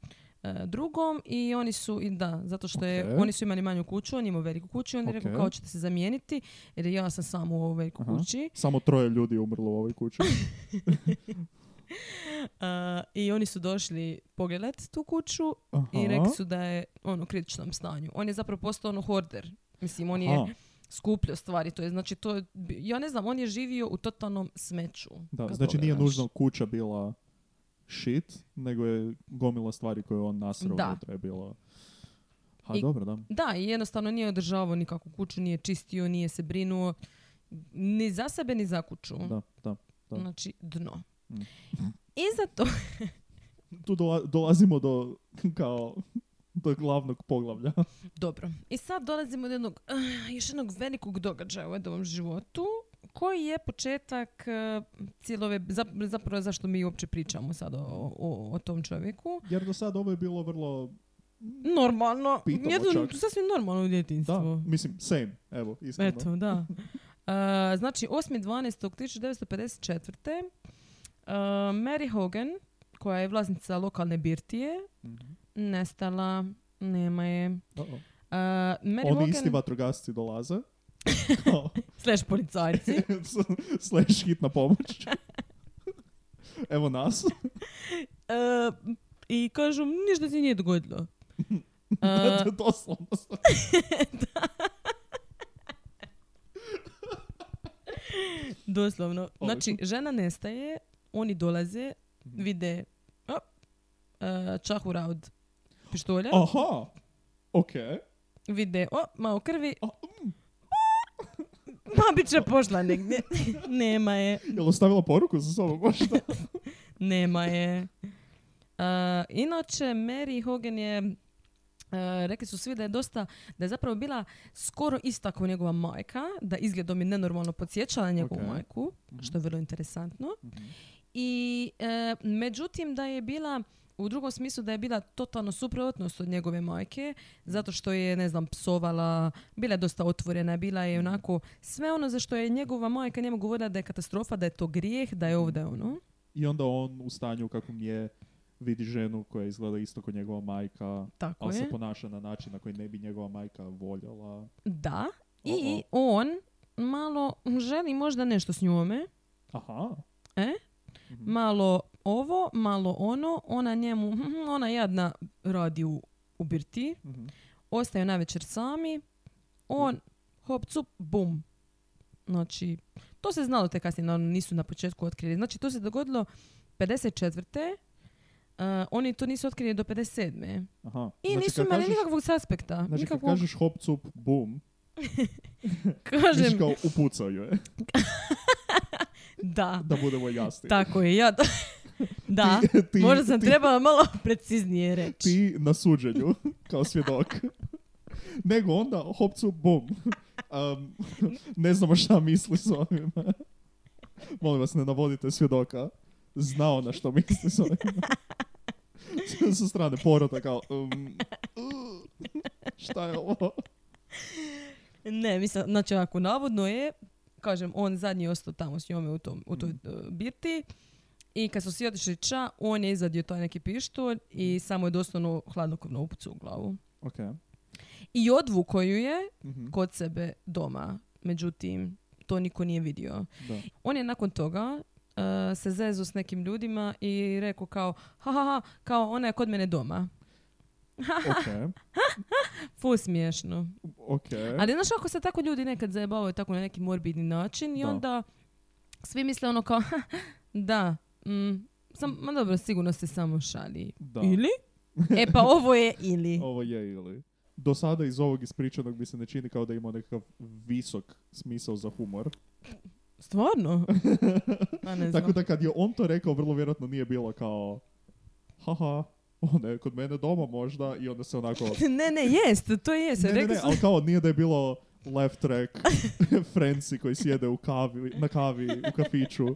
E: e, drugom i oni su, i da, zato što je,
F: Ok.
E: oni su imali manju kuću, on je imao veliku kuću, on je rekao
F: Ok.
E: kao ćete se zamijeniti jer ja sam samo u ovoj velikoj
F: Aha.
E: kući.
F: Samo troje ljudi je umrlo u ovoj
E: <laughs>
F: kući.
E: A, I oni su došli pogledat tu kuću
F: Aha.
E: i rekli su da je on u kritičnom stanju. On je zapravo postao ono hoarder. Mislim, on je
F: Aha,
E: skupljao stvari. To je, znači, to je, ja ne znam, on je živio u totalnom smeću.
F: Da,
E: kad
F: znači nije
E: pogledaš.
F: nužno kuća bila shit, nego je gomila stvari koje je on nasrao
E: Da.
F: unutra je bilo. Ha,
E: I- Mm.
F: dobro, da.
E: Da, i jednostavno nije održavao nikakvu kuću, nije čistio, nije se brinuo. Ni za sebe, ni za kuću.
F: Da, da. da.
E: Znači, dno.
F: Mm.
E: I zato,
F: Tu dola- dolazimo do, kao, do glavnog
E: <laughs>
F: poglavlja.
E: dobro. I sad dolazimo do jednog, eh, još jednog velikog događaja u Edovom životu koji je početak eh, cijelove, zap- zapravo zašto mi uopće pričamo sad o, o, o tom čovjeku.
F: Jer do sad ovo je bilo vrlo
E: Normalno.
F: Pitamo
E: Jedno,
F: čak.
E: sasvim normalno
F: Da,
E: djetinjstvo.
F: mislim, same, evo, iskreno.
E: Eto, da. E, znači, 8.12.1954. Uh, Mary Hogan, koja je vlasnica lokalne birtije,
F: Mhm.
E: nestala, nema je.
F: Uh-oh.
E: E, Mary
F: Oni
E: Hogan,
F: isti vatrogasci
E: <laughs>
F: dolaze. Kao,
E: slash policajci,
F: s- <laughs> Slash hitna pomoć. <laughs> Evo
E: <laughs>
F: nas.
E: E, i kažu, ništa se nije dogodilo.
F: <laughs>
E: E,
F: Doslovno.
E: Doslovno.
F: Odlično.
E: Znači, žena nestaje, oni dolaze,
F: Mhm.
E: vide o, e, čahura od pištolja,
F: Aha. Ok.
E: vide o, malo krvi,
F: A,
E: <laughs> ma bit će pošla negdje. nema je,
F: Jel ostavila poruku za sobom
E: <laughs>
F: možda?
E: nema je. <laughs> E, inače, Mary Hogan je e, rekli su svi da je dosta, da je zapravo bila skoro ista kao njegova majka, da izgledom je nenormalno podsjećala na njegovu
F: Ok.
E: majku, što je vrlo interesantno.
F: Mhm.
E: I e, međutim da je bila u drugom smislu da je bila totalno suprotnost od njegove majke, zato što je, ne znam, psovala, bila je dosta otvorena, bila
F: Mhm.
E: je onako sve ono za što je njegova majka njemu govorila da je katastrofa, da je to grijeh, da je
F: Mhm.
E: ovo, da je ono.
F: I onda on u stanju u kakvom je vidi ženu koja izgleda isto kao njegova majka,
E: Tako
F: ali
E: je.
F: se ponaša na način na koji ne bi njegova majka voljela.
E: Da. I on malo želi možda nešto s njome,
F: Aha.
E: E?
F: Mhm.
E: malo ovo, malo ono, ona njemu, <laughs> mhm, ona jadna radi u, u birtiji,
F: Mhm.
E: ostaju na večer sami, on, hop, cup, bum. Znači, to se znalo te kasnije, naravno nisu na početku otkrili. Znači, to se dogodilo 54. Uh, oni to nisu otkrili do 57.
F: Aha.
E: I
F: Znači,
E: nisu
F: kad
E: imali
F: kažeš-
E: nikakvog suspekta.
F: Znači, kad
E: nikakvog,
F: kažeš hop, cup, bum, misliš
E: kažem,
F: kao upucao ju je, <laughs>
E: da,
F: da budemo jasni.
E: tako je, ja <laughs> da. da,
F: <laughs> Ti- ti-
E: možda sam
F: ti-
E: trebala malo <laughs> preciznije reći.
F: Ti na suđenju, kao svjedok. Nego onda hop, cup, bum. Um, ne znamo šta misli s ovim. Molim vas, ne navodite svjedoka. Znao na što misli s ovim. <laughs> Sa strane porota kao... Um, uh, šta je ovo?
E: Ne, mislim, znači ako navodno je, kažem, on zadnji je ostao tamo s njome u, tom, u toj
F: Mm.
E: e, birti i kad su svi otišli ča, on je izadio taj neki pištolj
F: Mm.
E: i samo je doslovno hladnokovno upucao u glavu.
F: Ok.
E: I odvukao ju je
F: Mhm,
E: kod sebe doma. Međutim, to niko nije vidio.
F: da.
E: On je nakon toga e, se zezu s nekim ljudima i rekao kao, ha, ha, ha, kao ona je kod mene doma.
F: Ok.
E: Fu smiješno.
F: Ok.
E: Ali znaš ako se tako ljudi nekad zajebavaju tako na neki morbidni način i
F: Da.
E: onda svi misle ono kao, <laughs> da, mm, sam, ma dobro, sigurno se samo šali.
F: Da. <laughs>
E: Ili? E pa ovo je ili.
F: Ovo je ili. Do sada iz ovog ispričanog mi se ne čini kao da ima nekakav visok smisao za humor. <laughs>
E: Stvarno? Pa ne znam.
F: Tako da kad je on to rekao, vrlo vjerojatno nije bilo kao haha, ona je kod mene doma možda i onda
E: <laughs>
F: se onako...
E: ne, ne, jest, to je, se
F: ne, ne,
E: rekli
F: ne, ali kao nije da je bilo left track <laughs> friendsi koji sjede u kavi, na kavi u kafiću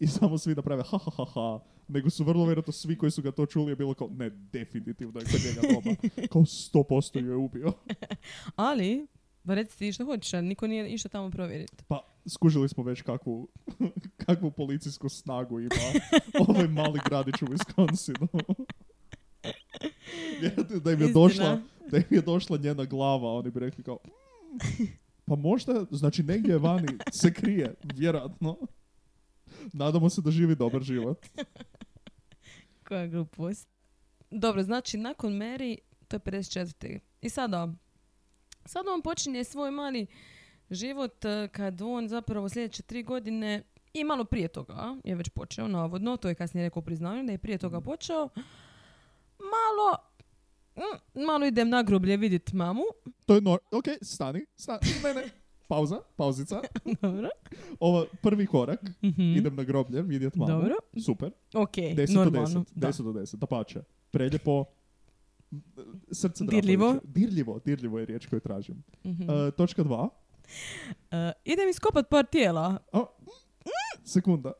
F: i samo svi naprave ha ha ha ha, nego su vrlo vjerojatno svi koji su ga to čuli je bilo kao ne, definitivno je kod njega
E: <laughs>
F: doma. Kao 100% ju je ubio.
E: Ali, ba reci ti što hoćeš, ali niko nije išao tamo provjeriti.
F: Pa, skužili smo već kakvu, <laughs> kakvu policijsku snagu ima <laughs> ovaj mali gradić u
E: <laughs>
F: Wisconsinu. Vjerojatno da im je
E: Istina.
F: došla, da im je došla njena glava, oni bi rekli kao, "Mm, pa možda, znači negdje vani se krije, vjerojatno. Nadamo se da živi dobar život.
E: Koja glupost. Dobro, znači nakon Mary, to je 54. I sada, sada on počinje svoj mali život eh, kad on zapravo sljedeće tri godine i malo prije toga je već počeo, navodno, to je kasnije rekao u priznanju, da je prije toga počeo. Malo, mm, malo idem na groblje vidit mamu. <laughs>
F: To je nor... Ok, stani, stani, ne, ne. Pauza, pauzica.
E: Dobro.
F: Ovo je prvi korak,
E: Mhm.
F: idem na groblje, vidjet mamu.
E: Dobro.
F: Super.
E: Ok,
F: 10
E: E, normalno.
F: do 10.
E: da.
F: 10 do 10, dapače. Preljepo. Srce
E: Dirljivo.
F: Dragovića. Dirljivo, dirljivo je riječ koju tražim.
E: Mhm.
F: E, točka 2.
E: Eh, idem iskopat par tijela.
F: Sekunda.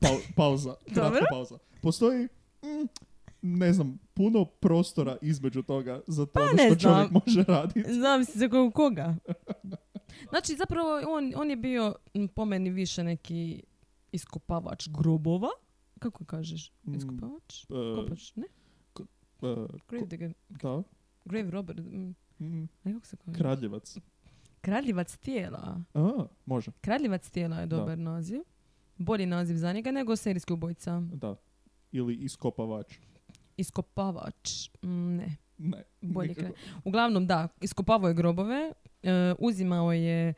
F: Pau-
E: <laughs>
F: pauza. Kratka
E: Dobro.
F: pauza. Postoji, mm, ne znam, puno prostora između toga za to ono
E: Pa ne
F: što
E: znam.
F: čovjek može raditi.
E: Zavisi za koga-
F: <laughs>
E: koga. Znači, zapravo, on, on je bio, m, po meni, više neki iskopavač grobova. Kako kažeš?
F: Mm,
E: Iskopavač?
F: E,
E: Kopač, ne?
F: e,
E: Grave, digger,
F: da.
E: grave robber. mm,
F: Mm,
E: ne, kako se kaže?
F: Kradljevac.
E: Kraljevac tijela.
F: A, može,
E: Kraljevac tijela je
F: Da.
E: dobar naziv. Bolji naziv za njega nego serijski ubojica.
F: da. Ili iskopavač.
E: Iskopavač. Mm, ne.
F: Ne.
E: Bolje
F: nikako.
E: Uglavnom, da, iskopavao je grobove, e, uzimao je e,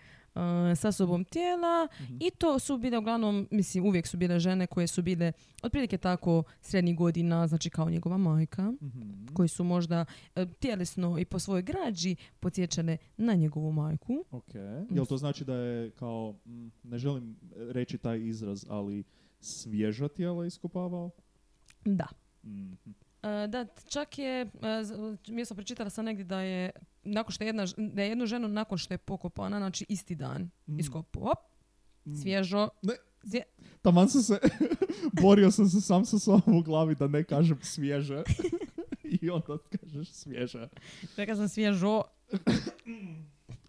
E: sa sobom tijela
F: Mhm.
E: i to su bile uglavnom, mislim, uvijek su bile žene koje su bile otprilike tako srednjih godina, znači kao njegova majka,
F: Mhm.
E: koji su možda e, tjelesno i po svojoj građi podsjećale na njegovu majku.
F: Ok. Jel to znači da je kao, mm, ne želim reći taj izraz, ali svježa tijela iskopavao?
E: Da.
F: Mhm.
E: E, Da, čak je, e, z- ja sam pročitala sam negdje da je, nakon što je jedna, ž- da je jednu ženu nakon što je pokopana, znači isti dan,
F: Mm.
E: iskopao, op,
F: Mm.
E: svježo,
F: Ne.
E: Zvje-
F: Taman sam se, <laughs> borio sam se sam sa sobom u glavi da ne kažem svježe. <laughs> I onda kažeš svježe.
E: rekla sam svježo,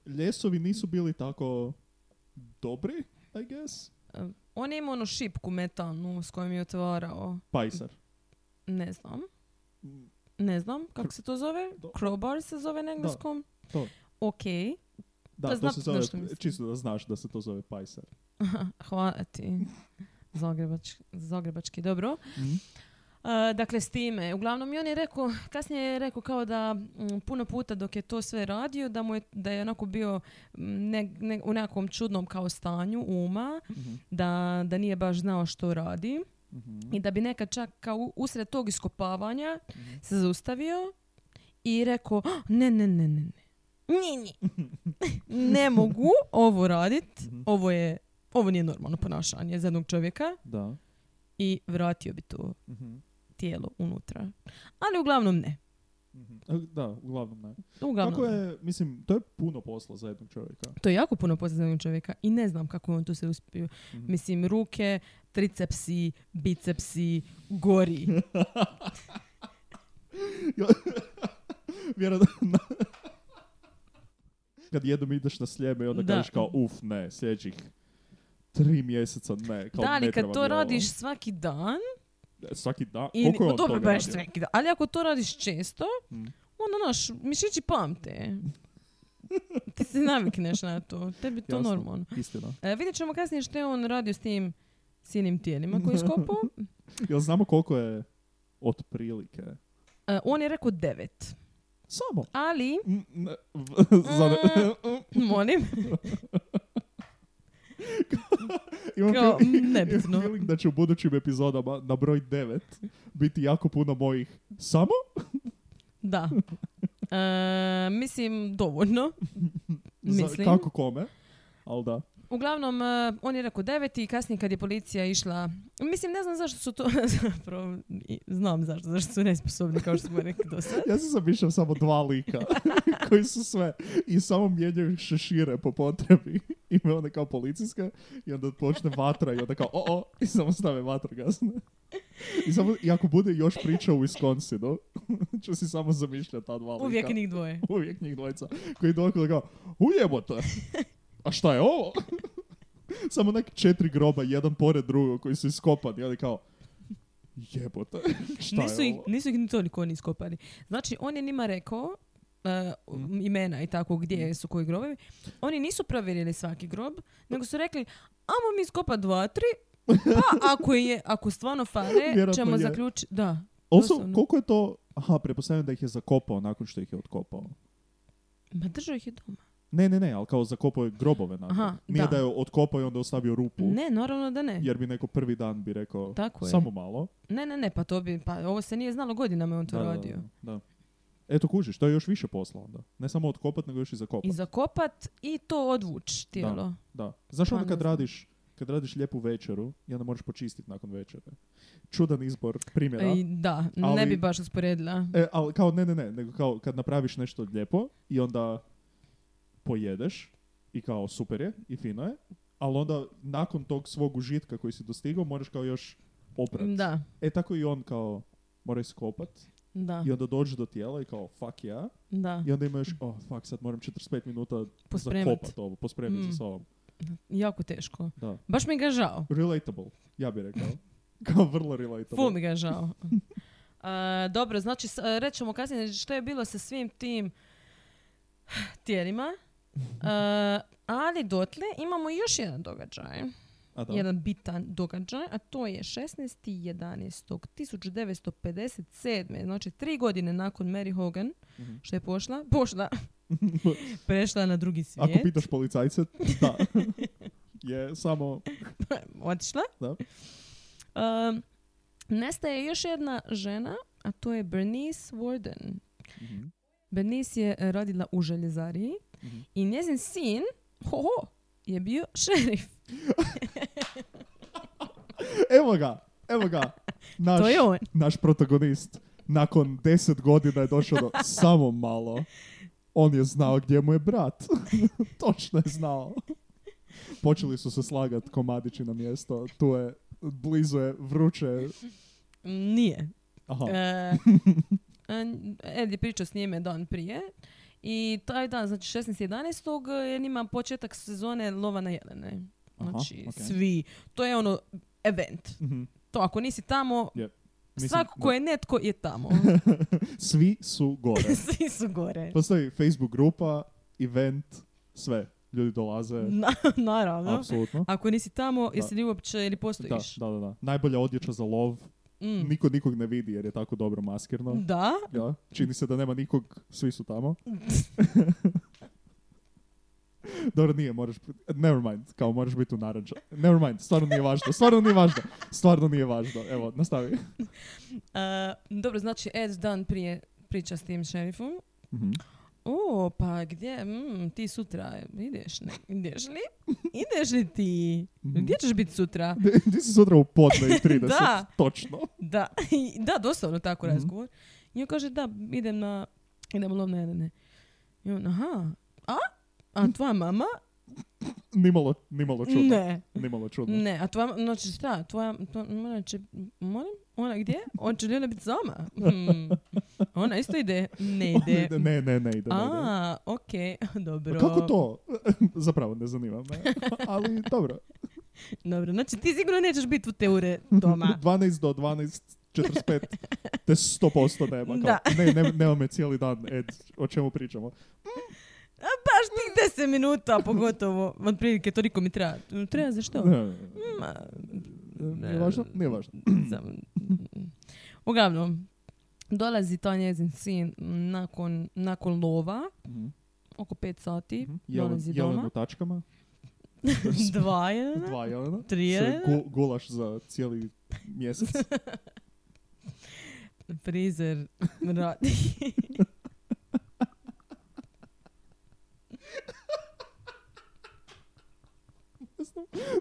F: Ljesovi nisu bili tako dobri, I guess.
E: On je imao onu šipku metalnu s kojom je otvarao,
F: Pajsar.
E: ne znam,
F: Mm,
E: ne znam kako se to zove,
F: Do-
E: crowbar se zove na engleskom.
F: to.
E: Ok, <laughs>
F: Da,
E: Pa
F: to
E: znam
F: se
E: na što
F: zove,
E: mislim.
F: čisto da znaš da se to zove pajsar.
E: hvala ti. Zagrebač, zagrebački, dobro.
F: <laughs> Mhm.
E: E, dakle, s time. Uglavnom, i on je rekao, kasnije je rekao kao da m, puno puta dok je to sve radio, da, mu je, da je onako bio m, ne- ne- u nekakvom čudnom kao stanju uma,
F: Mhm.
E: da, da nije baš znao što radi.
F: Mhm.
E: I da bi nekad čak kao u- usred tog iskopavanja
F: Mhm.
E: se zaustavio i rekao, "Ah, ne, ne, ne, ne, ne. Ni,
F: <laughs>
E: ni. ne mogu ovo radit,
F: Mhm.
E: ovo je, ovo nije normalno ponašanje za jednog čovjeka
F: Da.
E: i vratio bi to
F: Mhm.
E: tijelo unutra. Ali uglavnom ne.
F: Mhm. E, Da, uglavnom ne.
E: Uglavnom.
F: Kako je, mislim, to je puno posla za jednog čovjeka.
E: <laughs> To je jako puno posla za jednog čovjeka i ne znam kako je on tu se uspio.
F: Mhm.
E: Mislim, ruke, tricepsi, bicepsi,
F: <laughs>
E: gori.
F: Vjerojatno. Kad jednom ideš na sljeme i onda
E: Da.
F: kažeš kao uf, ne, sljedećih tri mjeseca ne, kao
E: da,
F: ne
E: ali kad
F: treba mi
E: to
F: ovo."
E: radiš svaki dan,
F: Svaki dan,
E: ili,
F: koliko je on
E: dobro,
F: toga
E: baš
F: radio?
E: svaki dan, ali ako to radiš često,
F: Mm.
E: onda naš, mišići pamte. Ti se navikneš na to, tebi je to
F: Jasno.
E: normalno.
F: Istina.
E: E, vidjet ćemo kasnije što je on radio s tim silnim tijelima koji je skopao.
F: Jel znamo koliko je otprilike?
E: E, on je rekao devet.
F: Samo.
E: Ali, <clears throat>
F: Mm, ne, v- za ne-
E: Mm. molim,
F: <laughs> Imam
E: kao,
F: feel-
E: mm, nebitno.
F: imam feeling da će u budućim epizodama na broj 9 biti jako puno mojih samo
E: da. E, mislim, dovoljno.
F: za-
E: Mislim.
F: kako kome, ali da.
E: Uglavnom, eh, on je rekao devet i kasnije kad je policija išla... Mislim, ne znam zašto su to... <laughs> Zapravo, i znam zašto, zašto su nesposobni, kao što smo rekli do sad.
F: Ja se zamišljam samo dva lika <laughs> koji su sve i samo mijenjaju šešire po potrebi. Ima onda kao policijska i onda počne vatra i onda kao o, o i samo stave vatrogasne. I, samo, I ako bude još priča u Wisconsinu, <laughs> ću si samo zamišljati ta dva lika.
E: Uvijek njih dvoje.
F: Uvijek njih dvojica. Koji dokle kao, ujebote, a šta je ovo? <laughs> Samo nek četiri groba, jedan pored drugog, koji su iskopani. I onda kao, jebote, <laughs> šta
E: Nisu
F: je
E: ih,
F: ovo?
E: nisu ih ni toliko oni iskopali. Znači, on je njima rekao eh,
F: Mm.
E: imena i tako
F: Mhm.
E: gdje su koji grobovi. Oni nisu provjerili svaki grob, nego su rekli, amo mi iskopa dva, tri, pa
F: <laughs>
E: ako, je, ako stvarno fale,
F: Vjerojatno
E: ćemo
F: je.
E: zaključiti... Da,
F: Also,
E: Doslovno.
F: koliko je to... Aha, pretpostavljam da ih je zakopao nakon što ih je otkopao.
E: ma držao ih je doma.
F: Ne, ne, ne, ali kao zakopao je grobove nakon.
E: Aha,
F: Nije
E: da.
F: da. je otkopao i onda ostavio rupu.
E: Ne, naravno da ne.
F: Jer bi neko prvi dan bi rekao,
E: Tako je.
F: samo malo.
E: Ne, ne, ne, pa to bi, pa ovo se nije znalo godinama je on to
F: Da, da,
E: radio.
F: Da, da. Eto kužiš, to je još više posla onda. Ne samo otkopat, nego još i zakopat.
E: I zakopat i to odvuć tijelo.
F: Da. Znaš
E: Pa
F: onda
E: ne
F: kad
E: znam.
F: radiš, kad radiš lijepu večeru i onda moraš počistiti nakon večere. Čudan izbor primjera.
E: I da, ne
F: Ali-
E: bi baš usporedila.
F: E, ali kao ne, ne, ne, nego kao kad napraviš nešto lijepo i onda pojedeš i kao super je i fino je, ali onda nakon tog svog užitka koji si dostigao moraš kao još oprat.
E: Da,
F: E tako i on kao mora iskopat
E: da,
F: i onda dođe do tijela i kao fuck ja
E: da.
F: i onda ima još oh fuck sad moram 45 minuta
E: Pospremat.
F: zakopat ovo, pospremiti
E: Mm.
F: sa sobom.
E: Jako teško.
F: Da.
E: Baš mi ga žao.
F: Relatable, ja bih rekao. <laughs> Kao vrlo relatable.
E: Fu mi ga
F: <laughs>
E: žao. E, dobro, znači s- e, rećemo kasnije što je bilo sa svim tim tijelima. E, ali dotle imamo još jedan događaj.
F: A da.
E: jedan bitan događaj, a to je 16.11.1957. Znači, tri godine nakon Mary Hogan,
F: Mhm.
E: što je pošla,
F: <laughs>
E: pošla, prešla na drugi svijet,
F: Ako pitaš policajce,
E: <laughs>
F: da. je samo...
E: otišla.
F: Da.
E: Um, nestaje još jedna žena, a to je Bernice Warden.
F: Mhm,
E: Bernice je e, rodila u željezariji
F: mhm.
E: i njezin sin, ho, ho, je bio <laughs> šerif.
F: Evo ga, evo ga. Naš,
E: <laughs> To je on.
F: naš protagonist. Nakon deset godina je došao
E: <laughs>
F: do... Samo malo. On je znao gdje mu je brat. <laughs> Točno je znao. Počeli su se slagat komadići na mjesto. Tu je, blizu je, vruće. je.
E: Nije.
F: Aha. <laughs>
E: E, an- Ed je pričao s njime dan prije i taj dan, znači 16.11. je njima eh, početak sezone lova na jelene.
F: Aha,
E: Znači,
F: okej.
E: svi. To je ono event.
F: Mhm.
E: To ako nisi tamo,
F: Je. Mislim,
E: svako ko
F: da.
E: je netko je tamo.
F: Svi su
E: <laughs>
F: gore.
E: svi su gore.
F: Postoji Facebook grupa, event, sve. Ljudi dolaze,
E: Na, naravno.
F: apsolutno.
E: Ako nisi tamo, jesi li uopće ili
F: Da,
E: postojiš?
F: da, da, da. Najbolja odjeća za lov.
E: Mm.
F: Niko nikog ne vidi jer je tako dobro maskirno.
E: Da,
F: Ja, čini se da nema nikog, svi su
E: <laughs>
F: tamo. Dobro, nije, moraš... Never mind, kao moraš biti u naranđa. Never mind, stvarno nije važno, stvarno nije važno. Stvarno nije važno. Evo, nastavi.
E: E, dobro, znači Ed dan prije priča s tim šerifom
F: Mhm.
E: O, pa gdje, mm, ti sutra ideš, ne, ideš li? Ideš li ti?
F: Mhm.
E: Gdje ćeš biti sutra? <laughs>
F: Ti si sutra u podne i 30,
E: Da.
F: točno.
E: Da, <laughs> i- da, doslovno tako
F: Mhm.
E: razgovor. I on kaže, da, idem na, idem lov na jelene. I on, aha, a? A tvoja mama?
F: Nimalo, nimalo čudno.
E: Ne.
F: Nimalo čudno.
E: Ne, a tvoja, znači šta, tvoja, to, ona će, molim, ona gdje? On će Ljena biti sama? Hmm. Ona isto ide? Ne
F: <laughs>
E: ide.
F: Ne, ne, ne, ne ide. ne ide.
E: A, okej, dobro.
F: Kako to? <laughs> Zapravo ne zanima me. <laughs> Ali dobro.
E: Dobro, znači ti sigurno nećeš biti u teure
F: <laughs>
E: doma.
F: 12 do 12, 45, te 100% nema. Kao,
E: Da.
F: ne, ne, nema me cijeli dan, Ed, o čemu pričamo?
E: Baš tih 10 minuta, pogotovo, otprilike, toliko mi treba. Treba za što?
F: Ne, ne,
E: Ma,
F: ne, Nije važno? Nije važno.
E: Samo- Uglavnom, dolazi ta njezin sin nakon, nakon lova,
F: Mhm.
E: oko 5 sati,
F: Mhm. Jelen,
E: dolazi
F: jelen u
E: doma.
F: tačkama.
E: <laughs> Dva jelena,
F: Dva jelena.
E: tri
F: Sve
E: jelena,
F: gu- gulaš za cijeli mjesec.
E: <laughs> frizer <laughs> radi.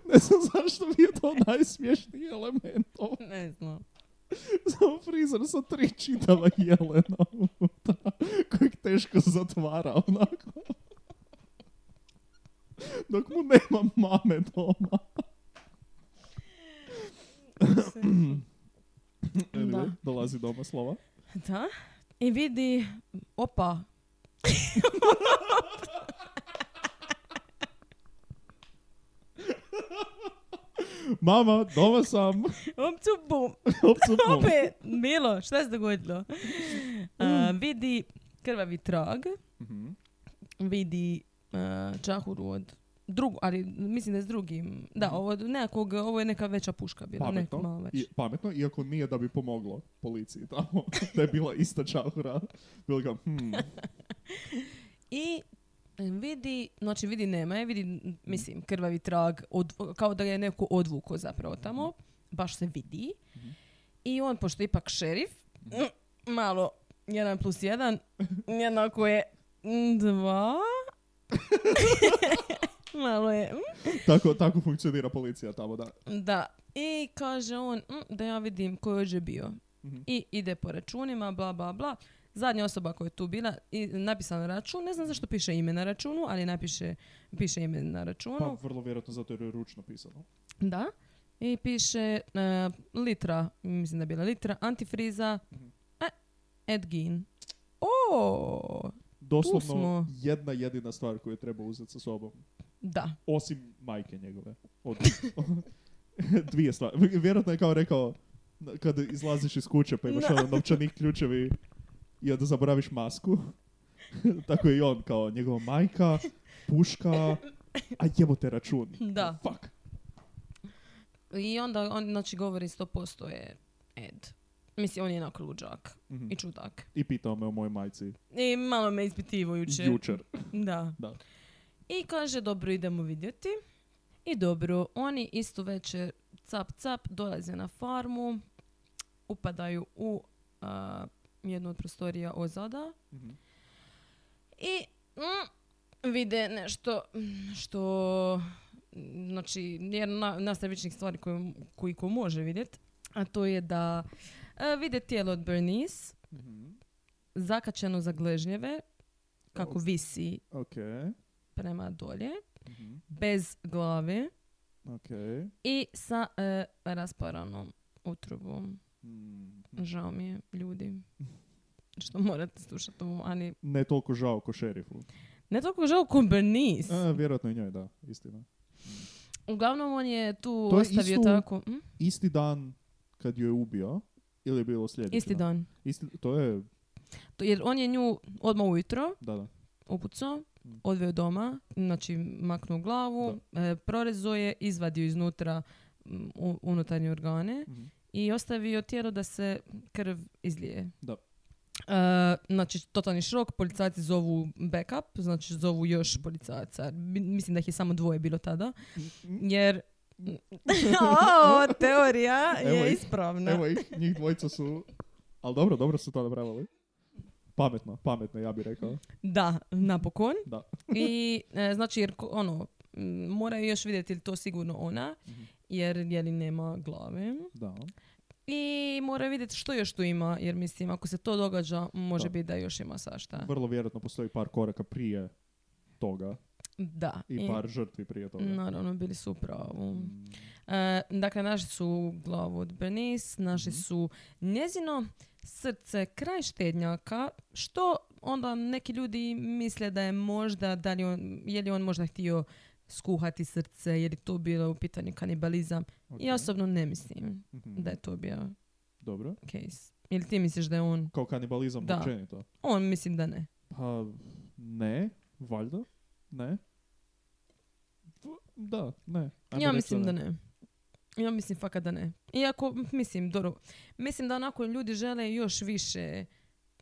F: Ne znam zašto mi je to najsmješniji element. Ovo
E: ne znam.
F: Samo frizer sa tri čitava jelena unutra, kojeg teško zatvara onako. Dok mu nema mame doma. <clears throat> Anyway,
E: Da.
F: Dolazi doma slova.
E: Da. I vidi, opa.
F: Mama, doma sam.
E: Opcu, bum. Mm.
F: Opcu pum.
E: Opet, Milo, šta se dogodilo? A, vidi krvavi trag,
F: Mhm.
E: vidi a, čahuru od drugu, ali mislim da je s drugim. Da, ovo, od nekog, ovo je neka veća puška bila, neka malo
F: pametno, i,
E: veća.
F: pametno, iako nije da bi pomoglo policiji tamo, da je bila ista čahura. Bilo kao, hmm,
E: I vidi, znači vidi nema je, vidi, mislim, krvavi trag, od, kao da ga je neko odvuko zapravo tamo, baš se vidi. I on, pošto je ipak šerif, mm, malo, jedan plus jedan, jednako je mm, dva, <laughs> malo je, mm,
F: tako, tako funkcionira policija tamo, da.
E: da. I kaže on, "Mm, da ja vidim koji je ođe bio.
F: Mhm.
E: I ide po računima, bla, bla, bla. Zadnja osoba koja je tu bila, i napisano račun, ne znam zašto piše ime na računu, ali napiše, piše ime na računu.
F: Pa vrlo vjerojatno zato jer je ručno pisano.
E: Da. I piše e, litra, mislim da je bila litra, antifriza,
F: Mhm.
E: e, Edgin. O, Tu
F: Doslovno
E: smo.
F: jedna jedina stvar koju je treba uzeti sa sobom.
E: da.
F: Osim majke njegove. Od, <laughs> dvije stvari. Vjerojatno je kao rekao, na- kad izlaziš iz kuće pa imaš
E: Da.
F: ono novčanik ključevi i onda zaboraviš masku. <laughs> Tako je i on, kao njegova majka, puška, a jebote račun.
E: Da.
F: Fuck.
E: I onda on znači govori 100% je Ed. Mislim, on je onako luđak
F: Mhm.
E: i čudak.
F: I pitao me o mojoj majci
E: I malo me ispitivajuće.
F: jučer.
E: Da.
F: Da.
E: I kaže, dobro, idemo vidjeti. I dobro, oni istu večer cap cap dolaze na farmu, upadaju u a, jednu od prostorija ozada
F: Mhm.
E: i mm, vide nešto mm, što mm, znači jedna nastavičnih stvari koju, koji ko može vidjeti, a to je da e, vide tijelo od Bernice
F: Mhm.
E: zakačeno za gležnjeve kako
F: Ok.
E: visi
F: Ok.
E: prema dolje
F: Mhm.
E: bez glave
F: Ok.
E: i sa e, rasparanom utrubom.
F: Mm.
E: Žao mi je, ljudi, što morate slušati ovo, ali
F: Ne toliko žao ko šerifu.
E: ne toliko žao ko Bernice.
F: A, E, vjerojatno i njoj, da. Istina.
E: Uglavnom, on je tu
F: To je
E: ostavio
F: isto-
E: tako. hm?
F: Isti dan kad ju je ubio, ili je bilo sljedeći
E: Isti dan.
F: Isti, to je,
E: To- Jer on je nju odmah ujutro
F: da, da.
E: upucao,
F: Mm.
E: odveo doma, znači maknuo glavu, e, prorezo je, izvadio iznutra m, u- unutarnje organe
F: Mhm.
E: i ostavio tijelo da se krv izlije.
F: Da.
E: E, znači, totalni šok, policajci zovu backup, znači zovu još policajaca. Mi- Mislim da ih je samo dvoje bilo tada, jer... <laughs> o, teorija
F: Evo
E: je
F: ih.
E: ispravna.
F: Evo ih, njih dvojica su, ali dobro, dobro su to napravili. Pametno, pametno, ja bih rekao.
E: Da, napokon.
F: Da.
E: <laughs> I e, znači jer ko- ono m, moraju još vidjeti je li to sigurno ona
F: Mhm.
E: jer je li nema glave.
F: Da.
E: I mora vidjeti što još tu ima, jer mislim, ako se to događa, može
F: Da.
E: biti da još ima svašta.
F: Vrlo vjerojatno postoji par koraka prije toga
E: Da.
F: i par žrtvi prije toga.
E: Naravno, bili su u pravu.
F: Mm,
E: E, dakle, naši su glavu od Bernice, naši
F: Mhm.
E: su njezino srce kraj štednjaka, što onda neki ljudi misle da je možda, da li on, je li on možda htio skuhati srce, je li to bilo u pitanju kanibalizam.
F: ok.
E: Ja osobno ne mislim
F: Mhm,
E: da je to bio
F: Dobro.
E: case. Ili ti misliš da je on?
F: Kao kanibalizam
E: Da.
F: općenito.
E: On mislim da ne.
F: Pa ne, valjda. Ne. V- Da, ne. Ajmo
E: ja
F: reći
E: mislim da ne. Ja mislim fakat da ne. Iako, mislim, dobro, mislim da onako ljudi žele još više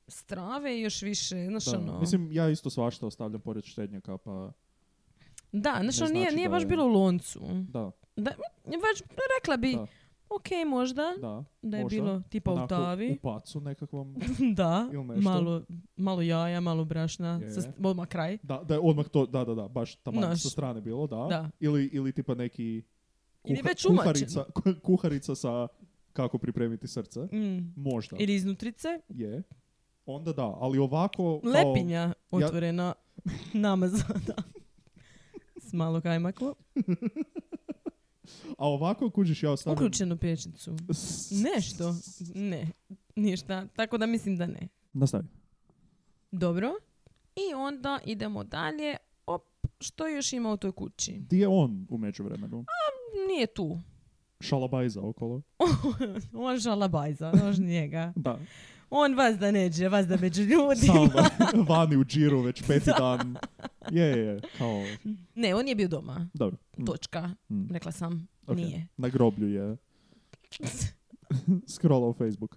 E: strave, još više, znaš
F: Da,
E: ono...
F: Mislim, ja isto svašta ostavljam pored štednjaka, pa
E: da, znaš
F: ne
E: ono, nije,
F: znači
E: nije
F: da
E: baš
F: je-
E: bilo u loncu.
F: da,
E: Baš, rekla bi,
F: Da.
E: ok, možda,
F: da.
E: da je
F: možda.
E: bilo tipa Pa u
F: Onako,
E: tavi.
F: U pacu nekakvom.
E: <laughs> da,
F: Ili nešto.
E: malo, malo jaja, malo brašna,
F: Je.
E: sa, odmah kraj.
F: Da, da je odmah to, da, da, da, baš tamo
E: Naš.
F: sa strane bilo, da.
E: Da.
F: Ili, ili tipa neki
E: Ili
F: kuha-
E: već umačen.
F: kuharica, ku- <laughs> kuharica sa kako pripremiti srce.
E: Mm.
F: Možda,
E: Ili iznutrice,
F: je. Onda da, ali ovako... kao-
E: lepinja
F: ja-
E: otvorena <laughs> namazana s malo kajmaklo.
F: A ovako, kužiš, ja ostavljam...
E: Uključenu pječnicu. Nešto. Ne. Ništa. Tako da mislim da ne.
F: Nastavi.
E: Dobro. I onda idemo dalje. Op, što još ima u toj kući?
F: Di je on u međuvremenu?
E: Nije tu.
F: Šalabajza okolo.
E: On žalabajza, nož njega.
F: Da.
E: On vas da neđe, vas da
F: <laughs>
E: među ljudima.
F: Sam vani u džiru
E: <laughs>
F: već peti dan. Je, je, je. Kao,
E: Ne, on je bio doma.
F: dobro. Mm,
E: Točka.
F: mm.
E: Rekla sam.
F: Ok.
E: Nije.
F: Na groblju
E: <laughs>
F: je. Scrollao Facebook.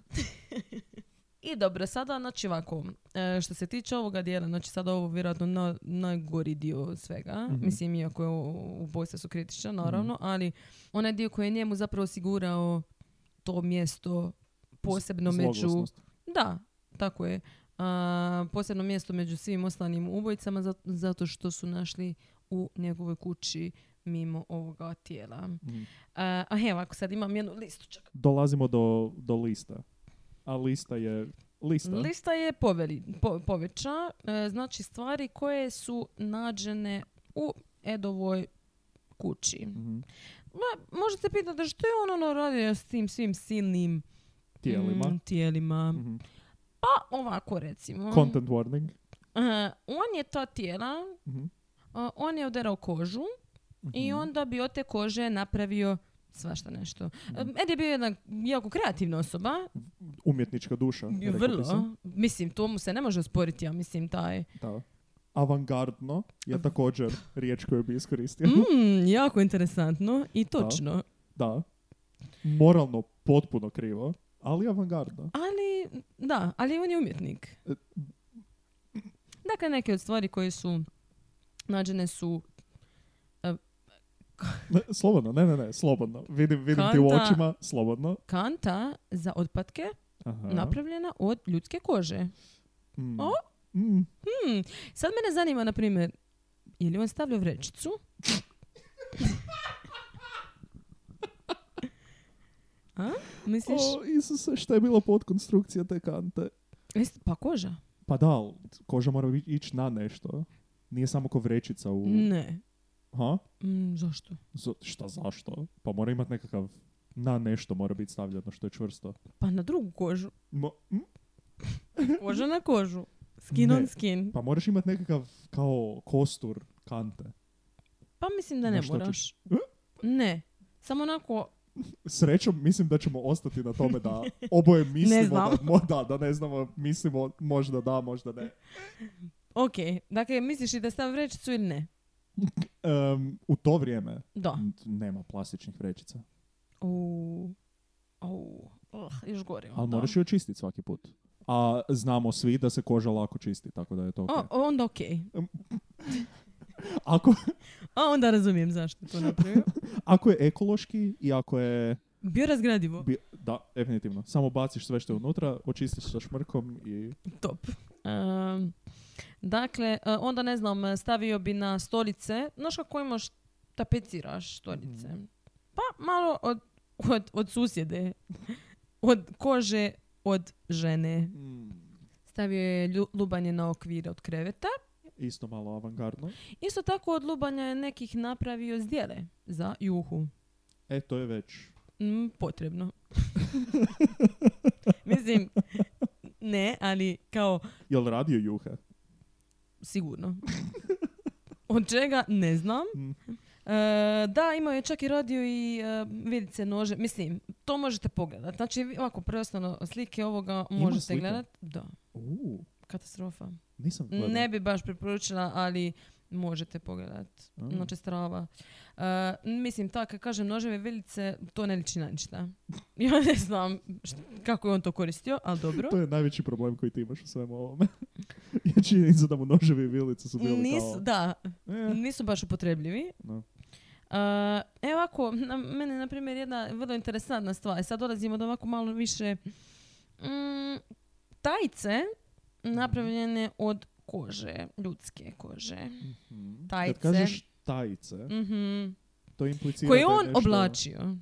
E: I dobro, sada, znači ovako, e, što se tiče ovoga dijela, znači sada ovo vjerojatno na, najgori dio svega,
F: Mhm.
E: mislim iako je u- ubojstva su kritična, naravno, ali onaj dio koji je njemu zapravo osigurao to mjesto posebno među...
F: Zloglasnost.
E: Da, tako je. A, posebno mjesto među svim ostalim ubojicama za- zato što su našli u njegovoj kući mimo ovoga tijela. E,
F: Mhm.
E: A, a evo, ako sad imam jednu listu, čekaj.
F: Dolazimo do, do lista. A lista je... Lista.
E: Lista je poveli, po- poveća, e, znači stvari koje su nađene u Edovoj kući.
F: Mhm.
E: Ma, možete pitati što je on ono radio s tim svim silnim
F: Tijelima.
E: mm, tijelima.
F: Mhm.
E: Pa ovako recimo.
F: Content warning.
E: E, on je ta tijela,
F: Mhm.
E: e, on je udarao kožu i
F: Mhm.
E: onda bi od te kože napravio svašta nešto.
F: Mhm.
E: E, Ed je bio jedna jako kreativna osoba,
F: Umjetnička duša. rekao bi se.
E: vrlo. Mislim, to mu se ne može osporiti, ja mislim, taj
F: Da. Avangardno je također riječ koju bi iskoristio.
E: Mm, jako interesantno i točno.
F: Da. Moralno potpuno krivo, ali avangardno.
E: Ali, da, ali on je umjetnik.
F: E.
E: Dakle, neke od stvari koje su nađene su
F: Ne, slobodno, ne, ne, ne, slobodno. Vidim, vidim ti u
E: Kanta-
F: očima, slobodno.
E: kanta za otpadke
F: Aha.
E: napravljena od ljudske kože.
F: Mm.
E: O?
F: Mm.
E: Sad mene zanima, na primjer, je li on stavljao
F: <laughs>
E: vrećicu? A? Misliš?
F: O, Isuse, šta je bilo pod konstrukcija te kante?
E: Jest- Pa koža?
F: Pa da, ali koža mora i- ići na nešto. Nije samo ko vrećica u...
E: Ne.
F: Ha?
E: Mm, zašto?
F: Z- šta zašto? Pa mora imati nekakav... Na nešto mora biti stavljeno što je čvrsto.
E: Pa na drugu
F: <laughs>
E: kožu.
F: Mo- mm.
E: Koža na kožu. Skin
F: Ne.
E: on skin.
F: Pa moraš imati nekakav kao kostur kante.
E: Pa mislim da ne
F: Na što Hm?
E: moraš. Ne. Samo onako,
F: Srećom, mislim da ćemo ostati na tome
E: <laughs>
F: da oboje
E: Ne
F: mislimo
E: znamo.
F: da, mo- da, da ne znamo, mislimo možda da, možda ne.
E: ok, dakle, misliš li da stav vrećicu ili ne?
F: Em, u to vrijeme
E: Da.
F: n- nema plastičnih vrećica,
E: U, au, uh, još gore.
F: ali
E: onda.
F: moraš ju očistiti svaki put. A znamo svi da se koža lako čisti, tako da je to ok.
E: O, onda ok.
F: Ako,
E: A onda razumijem zašto je to
F: <laughs>
E: napravio.
F: ako je ekološki i ako je...
E: Biorazgradivo.
F: bi- da, definitivno. Samo baciš sve što je unutra, očistiš sa šmrkom i...
E: Top. Ehm, dakle, e, onda ne znam, stavio bi na stolice, znaš kako imaš,
F: Mhm.
E: tapeciraš stolice. Pa malo od, od, od susjede od kože od žene.
F: Mm,
E: Stavio je lju- lubanje na okvire od kreveta.
F: isto malo avangardno.
E: Isto tako od lubanja je nekih napravio zdjele za juhu.
F: E, to je već.
E: Mm, potrebno. <laughs> Mislim, ne, ali kao
F: Jel radio juhe?
E: sigurno. Od čega ne znam.
F: Mm.
E: E, da, imao je čak i radio i e, vidice nože. Mislim, to možete pogledati. Znači, vi ovako prvenstveno slike ovoga možete
F: slika?
E: gledati. Da,
F: Uuu,
E: katastrofa.
F: nisam gledao.
E: Ne bi baš preporučila, ali možete pogledati.
F: A.
E: Znači, strava. E, mislim, tako kad kažem noževe vilice, to ne liči na ništa. <laughs> Ja ne znam št- kako je on to koristio, ali dobro.
F: To je najveći problem koji ti imaš u svemu ovome. <laughs> Je činjenica da mu noževi i vilice su bili
E: Nisu,
F: kao...
E: da,
F: Eh,
E: nisu baš upotrebljivi.
F: No.
E: E, evo ovako, na, mene na primjer jedna vrlo interesantna stvar. E, Sad dolazimo do ovako malo više mm, tajce napravljene od kože, ljudske kože.
F: mhm.
E: Tajce.
F: Kad kažeš tajice,
E: Mhm.
F: to implicira
E: Koji je
F: da je
E: on
F: nešto- <laughs>
E: oblačio.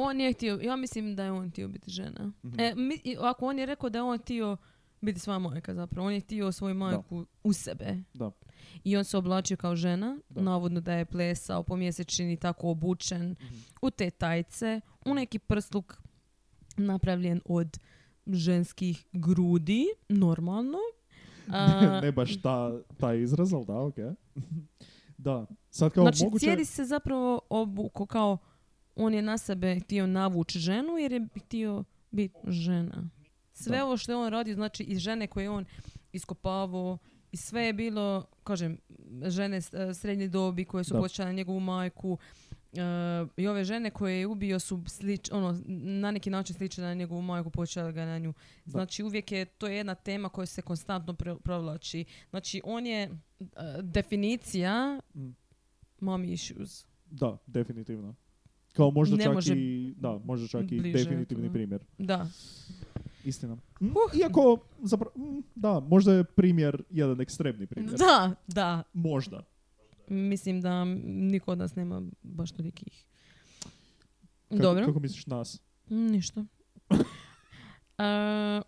E: On je htio, ja mislim da je on htio biti žena.
F: Mhm.
E: E, mi- i ako on je rekao da je on htio biti svoja majka zapravo, on je htio svoju majku u sebe.
F: Da.
E: I on se oblačio kao žena,
F: Da.
E: navodno da je plesao po mjesečini tako obučen
F: Mhm.
E: u te tajce, u neki prsluk napravljen od ženskih grudi,
F: <laughs>
E: normalno. A,
F: ne baš ta, taj izraz, ali da, okej. <laughs> da, sad kao
E: znači,
F: moguće...
E: cijeli se zapravo obuko kao on je na sebe htio navući ženu jer je htio biti žena. Sve
F: Da.
E: ovo što je on radio, znači i žene koje je on iskopavao i sve je bilo, kažem, žene s- e, srednje dobi koje su
F: Da.
E: počele njegovu majku e, i ove žene koje je ubio su slič, ono, na neki način slične na njegovu majku, počele ga na nju.
F: Da.
E: Znači uvijek je, to je jedna tema koja se konstantno pro- provlači. Znači on je e, definicija
F: Mm.
E: mommy issues.
F: Da, definitivno. Kao možda
E: Ne
F: čak
E: može
F: i... Da, možda čak i
E: bliže
F: definitivni
E: tome.
F: primjer.
E: Da.
F: Istina. Mm, Iako, zapravo, mm, da, možda je primjer jedan ekstremni primjer.
E: Da, da.
F: Možda.
E: Mislim da niko od nas nema baš tolikih.
F: Kako,
E: Dobro.
F: Kako misliš nas?
E: Mm, Ništa. <laughs> E,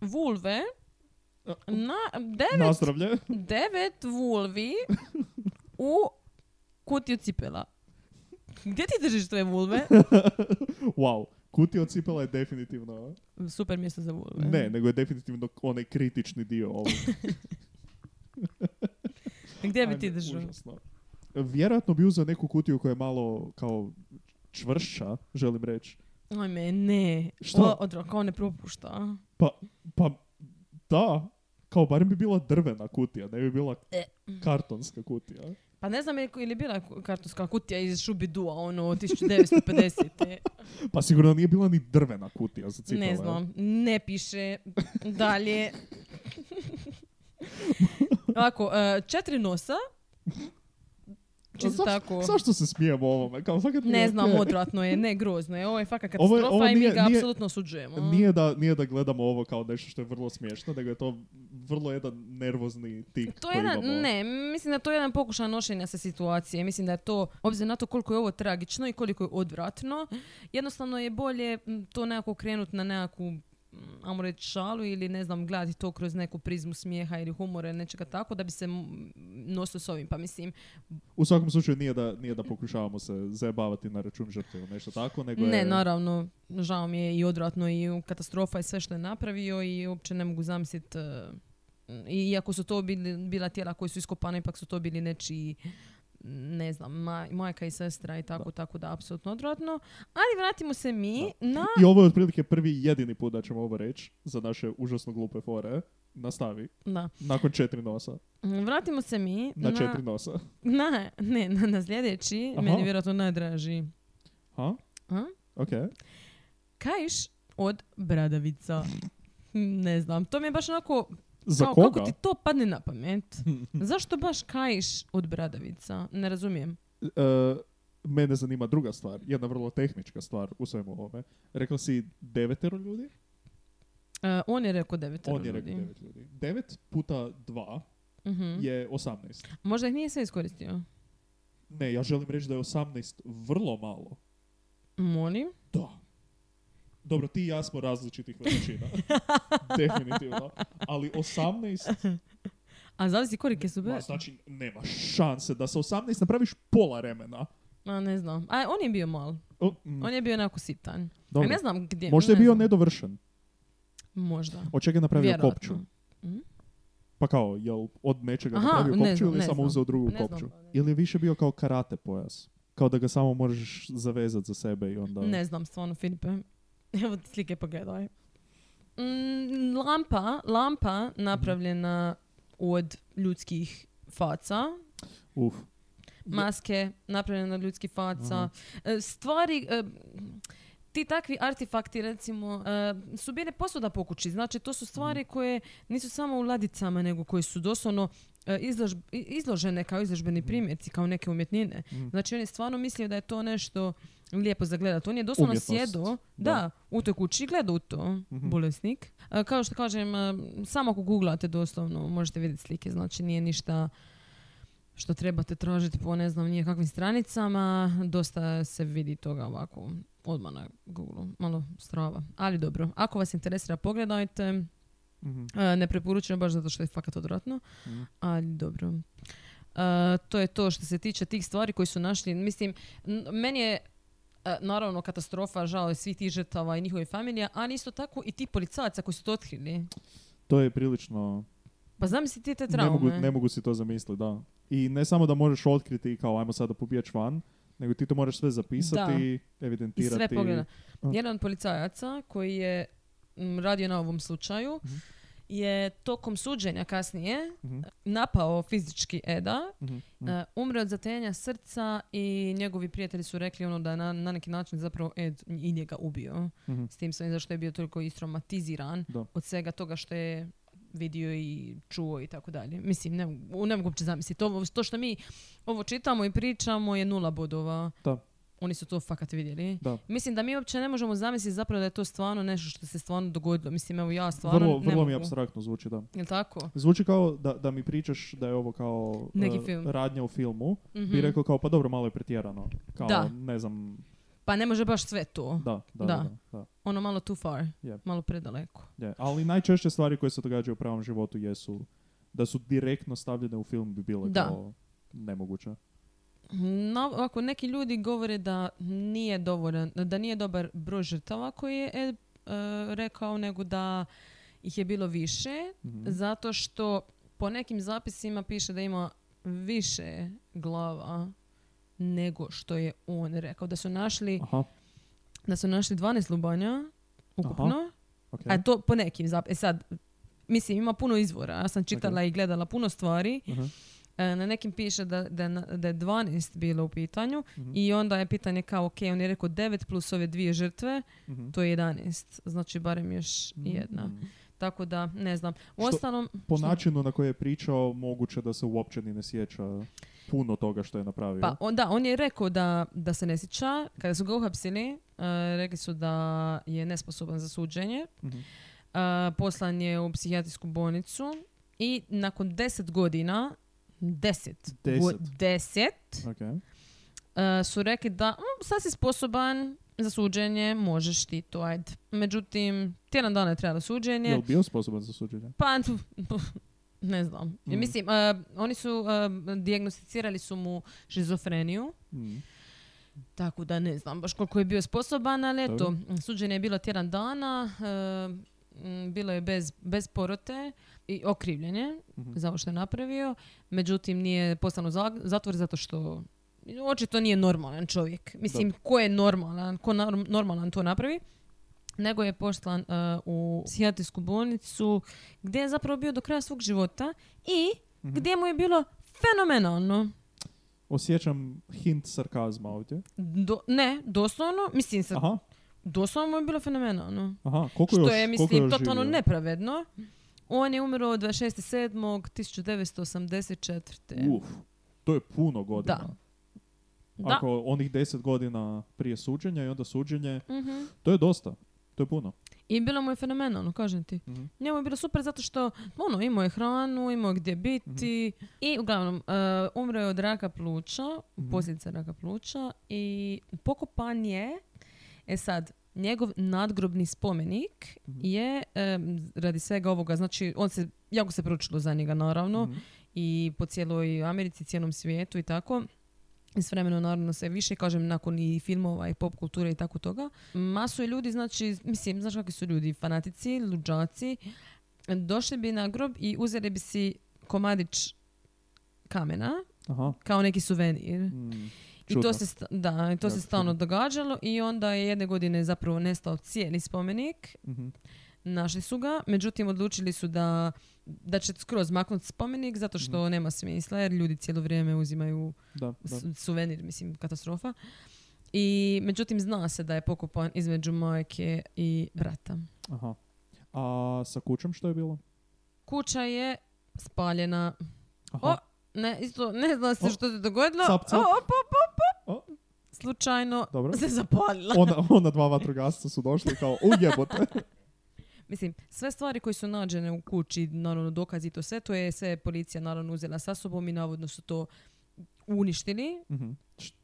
E: vulve. Na, devet,
F: Nazdravlje? <laughs>
E: devet vulvi u kutiju cipela. Gdje ti držiš tvoje
F: <laughs>
E: vulve?
F: wow. Kutija od cipela je definitivno...
E: Super mjesto za vulve.
F: Ne, nego je definitivno onaj kritični dio ovog.
E: Gdje bi
F: Ajme,
E: ti držao?
F: užasno. Vjerojatno bi uzeo neku kutiju koja je malo kao čvršća, želim reći.
E: Ajme, ne.
F: Što?
E: O, odro, kao ne propušta.
F: Pa, da. Kao, barem bi bila drvena kutija, ne bi bila
E: E.
F: kartonska kutija.
E: Pa ne znam je li je bila kartonska kutija iz Šubidua, ono,
F: <laughs>
E: 1950.
F: Pa sigurno nije bila ni drvena kutija za cipele.
E: Ne znam, ne piše
F: <laughs>
E: dalje. Ovako, e, četiri nosa. Čisto
F: Pa Zašto-
E: tako.
F: Zašto se smijemo ovome? Kao, fakat nije
E: Ne znam,
F: okej.
E: odvratno je, ne, grozno je. Ovo je fakat
F: Ovo je-
E: katastrofa
F: ovo
E: i mi
F: nije-
E: ga
F: nije-
E: apsolutno osuđujemo.
F: Nije da, nije da gledamo ovo kao nešto što je vrlo smiješno, nego je to vrlo jedan nervozni tik
E: To je
F: koji
E: jedan,
F: imamo.
E: ne, mislim da to je jedan pokušaj nošenja sa situacije. Mislim da je to, obzirom na to koliko je ovo tragično i koliko je odvratno, jednostavno je bolje m, to nekako krenuti na nekakvu m, ajmo reći šalu ili ne znam gledati to kroz neku prizmu smijeha ili humora ili nečega tako da bi se m, nosio s ovim pa mislim
F: U svakom slučaju nije da, nije da pokušavamo se zajebavati na račun žrtve ili nešto tako, nego
E: ne
F: je...
E: naravno žao mi je i odvratno i katastrofa i sve što je napravio i uopće ne mogu zamisliti e, iako su to bili, bila tijela koji su iskopana ipak su to bili nečiji ne znam, maj- majka i sestra i tako, tako da, apsolutno odvratno. Ali vratimo se mi na...
F: I ovo je otprilike prvi i jedini put da ćemo ovo reći za naše užasno glupe fore. Nastavi.
E: Da.
F: Nakon četiri nosa.
E: Vratimo se mi
F: Na, četiri nosa.
E: na- ne, na, na sljedeći,
F: Aha.
E: meni vjerojatno najdraži.
F: Ha?
E: A?
F: Ok.
E: Kajš od bradavica. Ne znam, to mi je baš onako
F: Za
E: Kao,
F: koga?
E: Kako ti to padne na
F: <laughs>
E: pamet? Zašto baš kajiš od bradavica? Ne razumijem.
F: E, mene zanima druga stvar. Jedna vrlo tehnička stvar u svemu ovome. Rekla si devetero ljudi?
E: E, on je rekao devet
F: On je rekao devet ljudi. Mhm. Devet puta dva je osamnaest.
E: Mhm. Možda ih nije sve iskoristio.
F: Ne, ja želim reći da je osamnaest vrlo malo.
E: Molim?
F: Da. Dobro, ti i ja smo različitih <laughs> veličina. Definitivno. Ali 18,
E: A zavisi kolike su
F: ma,
E: bile.
F: znači nema šanse da sa 18 napraviš pola remena.
E: Ma ne znam. A on je bio mal.
F: O, mm,
E: On je bio onako sitan.
F: dobro.
E: A ne znam gdje.
F: Možda je
E: ne
F: bio
E: znam.
F: nedovršen.
E: Možda.
F: Od čega je napravio
E: Vjerojatno.
F: kopču?
E: Mhm.
F: Pa kao, jel od nečega
E: Aha,
F: napravio
E: ne
F: kopču
E: znam,
F: ili
E: ne
F: je samo
E: znam.
F: uzeo drugu
E: Ne znam,
F: kopču?
E: pa ne znam.
F: Ili je više bio kao karate pojas? Kao da ga samo možeš zavezati za sebe i onda...
E: Ne znam stvarno, Filipe. <laughs> Evo ti slike pogledaj. Mm, lampa, lampa
F: Mhm.
E: napravljena od ljudskih faca.
F: Uf.
E: Maske napravljene od ljudskih faca.
F: Aha.
E: E, Stvari... e, ti takvi artefakti recimo e, su bile posuda po kući. Znači to su stvari koje nisu samo u ladicama nego koje su doslovno e, izlož- i- izložene kao izložbeni primjerci, kao neke umjetnine.
F: Mhm.
E: Znači on je stvarno mislio da je to nešto lijepo za gledat. On je doslovno
F: Umjetnost,
E: sjedao
F: da.
E: da. u toj kući i gledao u to,
F: Mhm.
E: bolesnik. E, kao što kažem, e, samo ako googlate doslovno možete vidjeti slike, znači nije ništa što trebate tražiti po ne znam nije kakvim stranicama, dosta se vidi toga ovako odmah na Google, malo strava. Ali dobro, ako vas interesira pogledajte, E,
F: Mhm.
E: ne preporučujem baš zato što je fakat odvratno,
F: Mhm.
E: ali dobro. E, to je to što se tiče tih stvari koji su našli. Mislim, n- meni je e, naravno katastrofa, žao je svih tih žrtava i njihovih familija, ali isto tako i ti policajaca koji su to otkrili.
F: To je prilično...
E: Pa zamisli ti te
F: Ne mogu,
E: traume.
F: ne mogu si to zamisliti, da. I ne samo da možeš otkriti kao ajmo sada pobjeć van, nego ti to moraš sve zapisati,
E: I
F: evidentirati.
E: sve pogleda.
F: A.
E: Jedan od policajaca koji je m, radio na ovom slučaju
F: Mhm.
E: je tokom suđenja kasnije
F: Mhm,
E: napao fizički Eda,
F: mhm, mhm.
E: e, umre od zatenja srca i njegovi prijatelji su rekli ono da je na, na neki način zapravo Ed i njega ubio.
F: Mhm.
E: S tim svojim zašto je bio toliko istraumatiziran
F: Da.
E: od svega toga što je vidio i čuo i tako dalje. Mislim, ne, mogu- ne mogu uopće zamisliti. Ovo, to što mi ovo čitamo i pričamo je nula bodova.
F: Da.
E: Oni su to fakat vidjeli.
F: Da.
E: Mislim da mi uopće ne možemo zamisliti zapravo da je to stvarno nešto što se stvarno dogodilo. Mislim, evo ja stvarno
F: vrlo
E: ne
F: vrlo mi
E: mogu.
F: abstraktno zvuči, da.
E: Jel tako?
F: Zvuči kao da, da mi pričaš da je ovo kao
E: Neki
F: eh,
E: film.
F: radnja u filmu.
E: Mhm.
F: Bi rekao kao, pa dobro, malo je pretjerano. Kao,
E: Da.
F: ne znam,
E: Pa ne može baš sve to.
F: da, da, da.
E: Da.
F: da, da,
E: Ono malo too far.
F: Je.
E: Malo predaleko.
F: je. Ali najčešće stvari koje se događaju u pravom životu jesu da su direktno stavljene u film bi bile
E: Da.
F: kao nemoguće.
E: Na, ovako, neki ljudi govore da nije dovoljan, da nije dobar broj žrtava koji je Ed, e, rekao, nego da ih je bilo više,
F: Mhm.
E: zato što po nekim zapisima piše da ima više glava nego što je on rekao. Da su našli
F: Aha,
E: da su našli 12 lubanja ukupno,
F: okej.
E: a to po nekim zap... E sad, mislim, ima puno izvora. Ja sam čitala i gledala puno stvari.
F: Aha.
E: E, na nekim piše da, da, je na- da je 12 bilo u pitanju
F: Mhm.
E: i onda je pitanje kao, ok, on je rekao 9 plus ove dvije žrtve,
F: Mhm.
E: to je 11. Znači, barem još jedna.
F: Mhm.
E: Tako da, ne znam. U
F: Što-
E: ostalom,
F: Po
E: Šta?
F: načinu na koji je pričao, moguće da se uopće ni ne sjeća puno toga što je napravio.
E: pa on, da, on je rekao da, da se ne sjeća. Kada su ga uhapsili, e, rekli su da je nesposoban za suđenje.
F: Mhm.
E: A, poslan je u psihijatrijsku bolnicu i nakon 10 godina, 10,
F: Deset.
E: 10
F: Okej.
E: a, E, su rekli da "Mm, sad si sposoban za suđenje, možeš ti to, ajde. Međutim, tjedan dana je trajalo suđenje.
F: Je li bio sposoban za suđenje?
E: Pa, tu- ne znam.
F: Mhm.
E: Mislim, a, oni su, a, dijagnosticirali su mu šizofreniju.
F: Mhm.
E: Tako da ne znam baš koliko je bio sposoban, ali eto,
F: Dobro.
E: suđenje je bilo tjedan dana, e, m, bilo je bez, bez porote i okrivljenje
F: Mhm.
E: za ovo što je napravio. Međutim, nije poslan u za- zatvor zato što očito nije normalan čovjek. Mislim, ko je normalan, ko norm- normalan to napravi? Nego je poslan e, u psihijatrijsku bolnicu gdje je zapravo bio do kraja svog života i
F: Mhm.
E: gdje mu je bilo fenomenalno.
F: Osjećam hint sarkazma ovdje.
E: Do- ne, doslovno, mislim sad,
F: Aha,
E: doslovno mu je bilo fenomenalno.
F: aha. Koliko
E: što
F: još,
E: je,
F: koliko
E: mislim,
F: još ono?
E: totalno
F: živio?
E: nepravedno. On je umro 26.7.1984.
F: Uf, to je puno godina.
E: Da. Da.
F: Ako onih deset godina prije suđenja i onda suđenje,
E: Mhm.
F: to je dosta. To je puno.
E: I bilo mu je fenomenalno, kažem ti.
F: Mhm.
E: Njemu je bilo super zato što ono, imao je hranu, imao je gdje biti. I uglavnom, e, umro je od raka pluća,
F: Mhm.
E: posljedica raka pluća i pokopan je, e sad, Njegov nadgrobni spomenik
F: Mhm.
E: je, em, radi svega ovoga, znači on se, jako se pručilo za njega naravno
F: Mhm.
E: i po cijeloj Americi, cijelom svijetu i tako. I s vremenom naravno sve više, kažem, nakon i filmova i pop kulture i tako toga. Masu je ljudi, znači, mislim, znaš kakvi su ljudi, fanatici, luđaci, došli bi na grob i uzeli bi si komadić kamena
F: Aha.
E: kao neki suvenir.
F: Mm.
E: I
F: Čudno.
E: to se, sta- da, i to
F: Jako
E: se stalno
F: čudno.
E: događalo i onda je jedne godine zapravo nestao cijeli spomenik.
F: Mhm.
E: Našli su ga, međutim odlučili su da, da će skroz maknuti spomenik zato što nema smisla jer ljudi cijelo vrijeme uzimaju
F: Da, Mhm. da.
E: s- suvenir, mislim, katastrofa. I međutim zna se da je pokopan između majke i brata.
F: Aha. A sa kućom što je bilo?
E: Kuća je spaljena.
F: Aha.
E: O, Ne, isto, ne zna se
F: O,
E: što se dogodilo.
F: cap, cap.
E: O, op, op, op, op.
F: O.
E: Slučajno
F: Dobro.
E: se zapalila.
F: Ona, ona dva vatrogasca su došli kao, ujebote.
E: Mislim, sve stvari koje su nađene u kući, naravno dokazi i to sve, to je sve policija naravno uzela sa sobom i navodno su to uništili
F: <laughs> Mhm.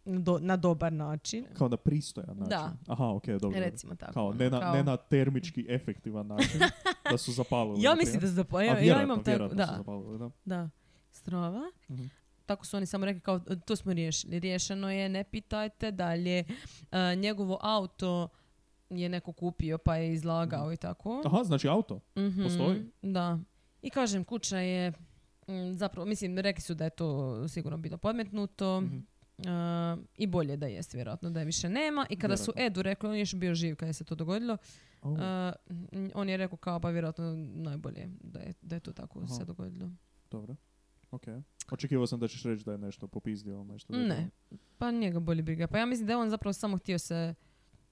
E: do- na dobar način.
F: Kao na pristojan način.
E: Da.
F: Aha, ok, dobro.
E: Recimo tako.
F: Kao ne, na,
E: Kao-
F: ne na termički efektivan način da su zapalili.
E: Ja
F: na
E: mislim da
F: primjer.
E: su zapo- ja-
F: A
E: ja
F: vjerojatno,
E: imam tako,
F: vjerojatno su
E: da,
F: zapalili, da.
E: da, strava.
F: Mhm.
E: Tako su oni samo rekli kao, to smo riješili. Riješeno je, ne pitajte dalje. E, njegovo auto je neko kupio pa je izlagao
F: Mhm.
E: i tako.
F: Aha, znači auto.
E: Mhm,
F: Postoji?
E: Da. I kažem, kuća je, mm, zapravo, mislim, rekli su da je to sigurno bilo podmetnuto.
F: Mhm.
E: a, I bolje da jest, vjerojatno, da je više nema. I kada su Edu rekli, on je još bio živ kada je se to dogodilo,
F: Au.
E: a, mm, on je rekao kao, pa vjerojatno najbolje da je, da je to tako
F: Aha.
E: se dogodilo.
F: Dobro. Ok. Očekivao sam da ćeš reći da je nešto popizdio ili nešto.
E: Ne, pa njega boli briga. Pa ja mislim da je on zapravo samo htio se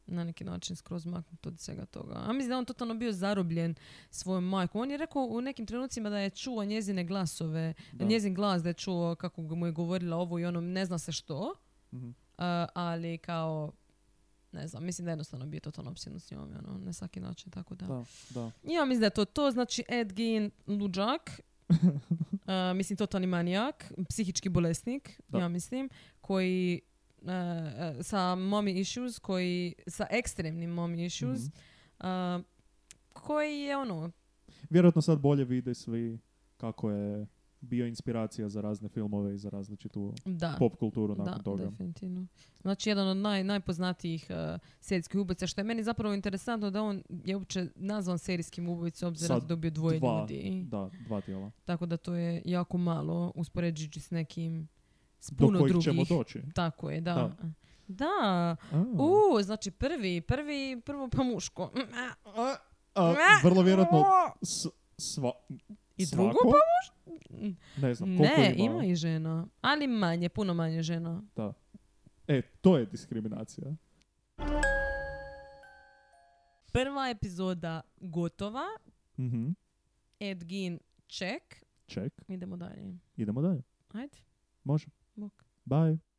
E: na neki način skroz maknuti od svega toga. A mislim da je on totalno bio zarobljen svojom majkom. On je rekao u nekim trenucima da je čuo njezine glasove,
F: Da.
E: njezin glas da je čuo kako mu je govorila ovo i ono, ne zna se što,
F: Mhm.
E: a, ali kao, ne znam, mislim da je jednostavno bio totalno opsjednut s njom, i ono, na svaki način, tako da.
F: Da, da.
E: Ja mislim da je to to, znači Ed Gein,
F: <laughs>
E: luđak, a, mislim totalni manijak, psihički bolesnik,
F: Da.
E: ja mislim, koji e, e, sa mommy issues, koji, sa ekstremnim mommy issues,
F: Mhm.
E: a, koji je ono,
F: Vjerojatno sad bolje vide svi kako je bio inspiracija za razne filmove i za različitu
E: da.
F: pop kulturu nakon
E: Da,
F: toga.
E: definitivno. Znači, jedan od naj, najpoznatijih uh, serijskih ubojica, što je meni zapravo interesantno da on je uopće nazvan serijskim ubojicom, obzirom
F: Sad
E: da dobio dvoje
F: dva.
E: ljudi.
F: Da, dva tijela.
E: Tako da to je jako malo uspoređujući s nekim s
F: Do
E: puno
F: kojih
E: drugih.
F: ćemo doći.
E: Tako je, da.
F: Da.
E: Da.
F: A.
E: U, znači prvi, prvi, prvo pa muško. Mm, a,
F: A, a,
E: Ne.
F: vrlo vjerojatno
E: o.
F: s, sva,
E: I
F: svako?
E: drugo pa
F: Ne znam, koliko
E: Ne,
F: ima?
E: ima i žena. Ali manje, puno manje žena.
F: Da. E, to je diskriminacija.
E: Prva epizoda gotova.
F: Mhm.
E: Ed Gein ček.
F: Ček,
E: Idemo dalje.
F: idemo dalje.
E: Ajde,
F: Može.
E: bok.
F: Bye.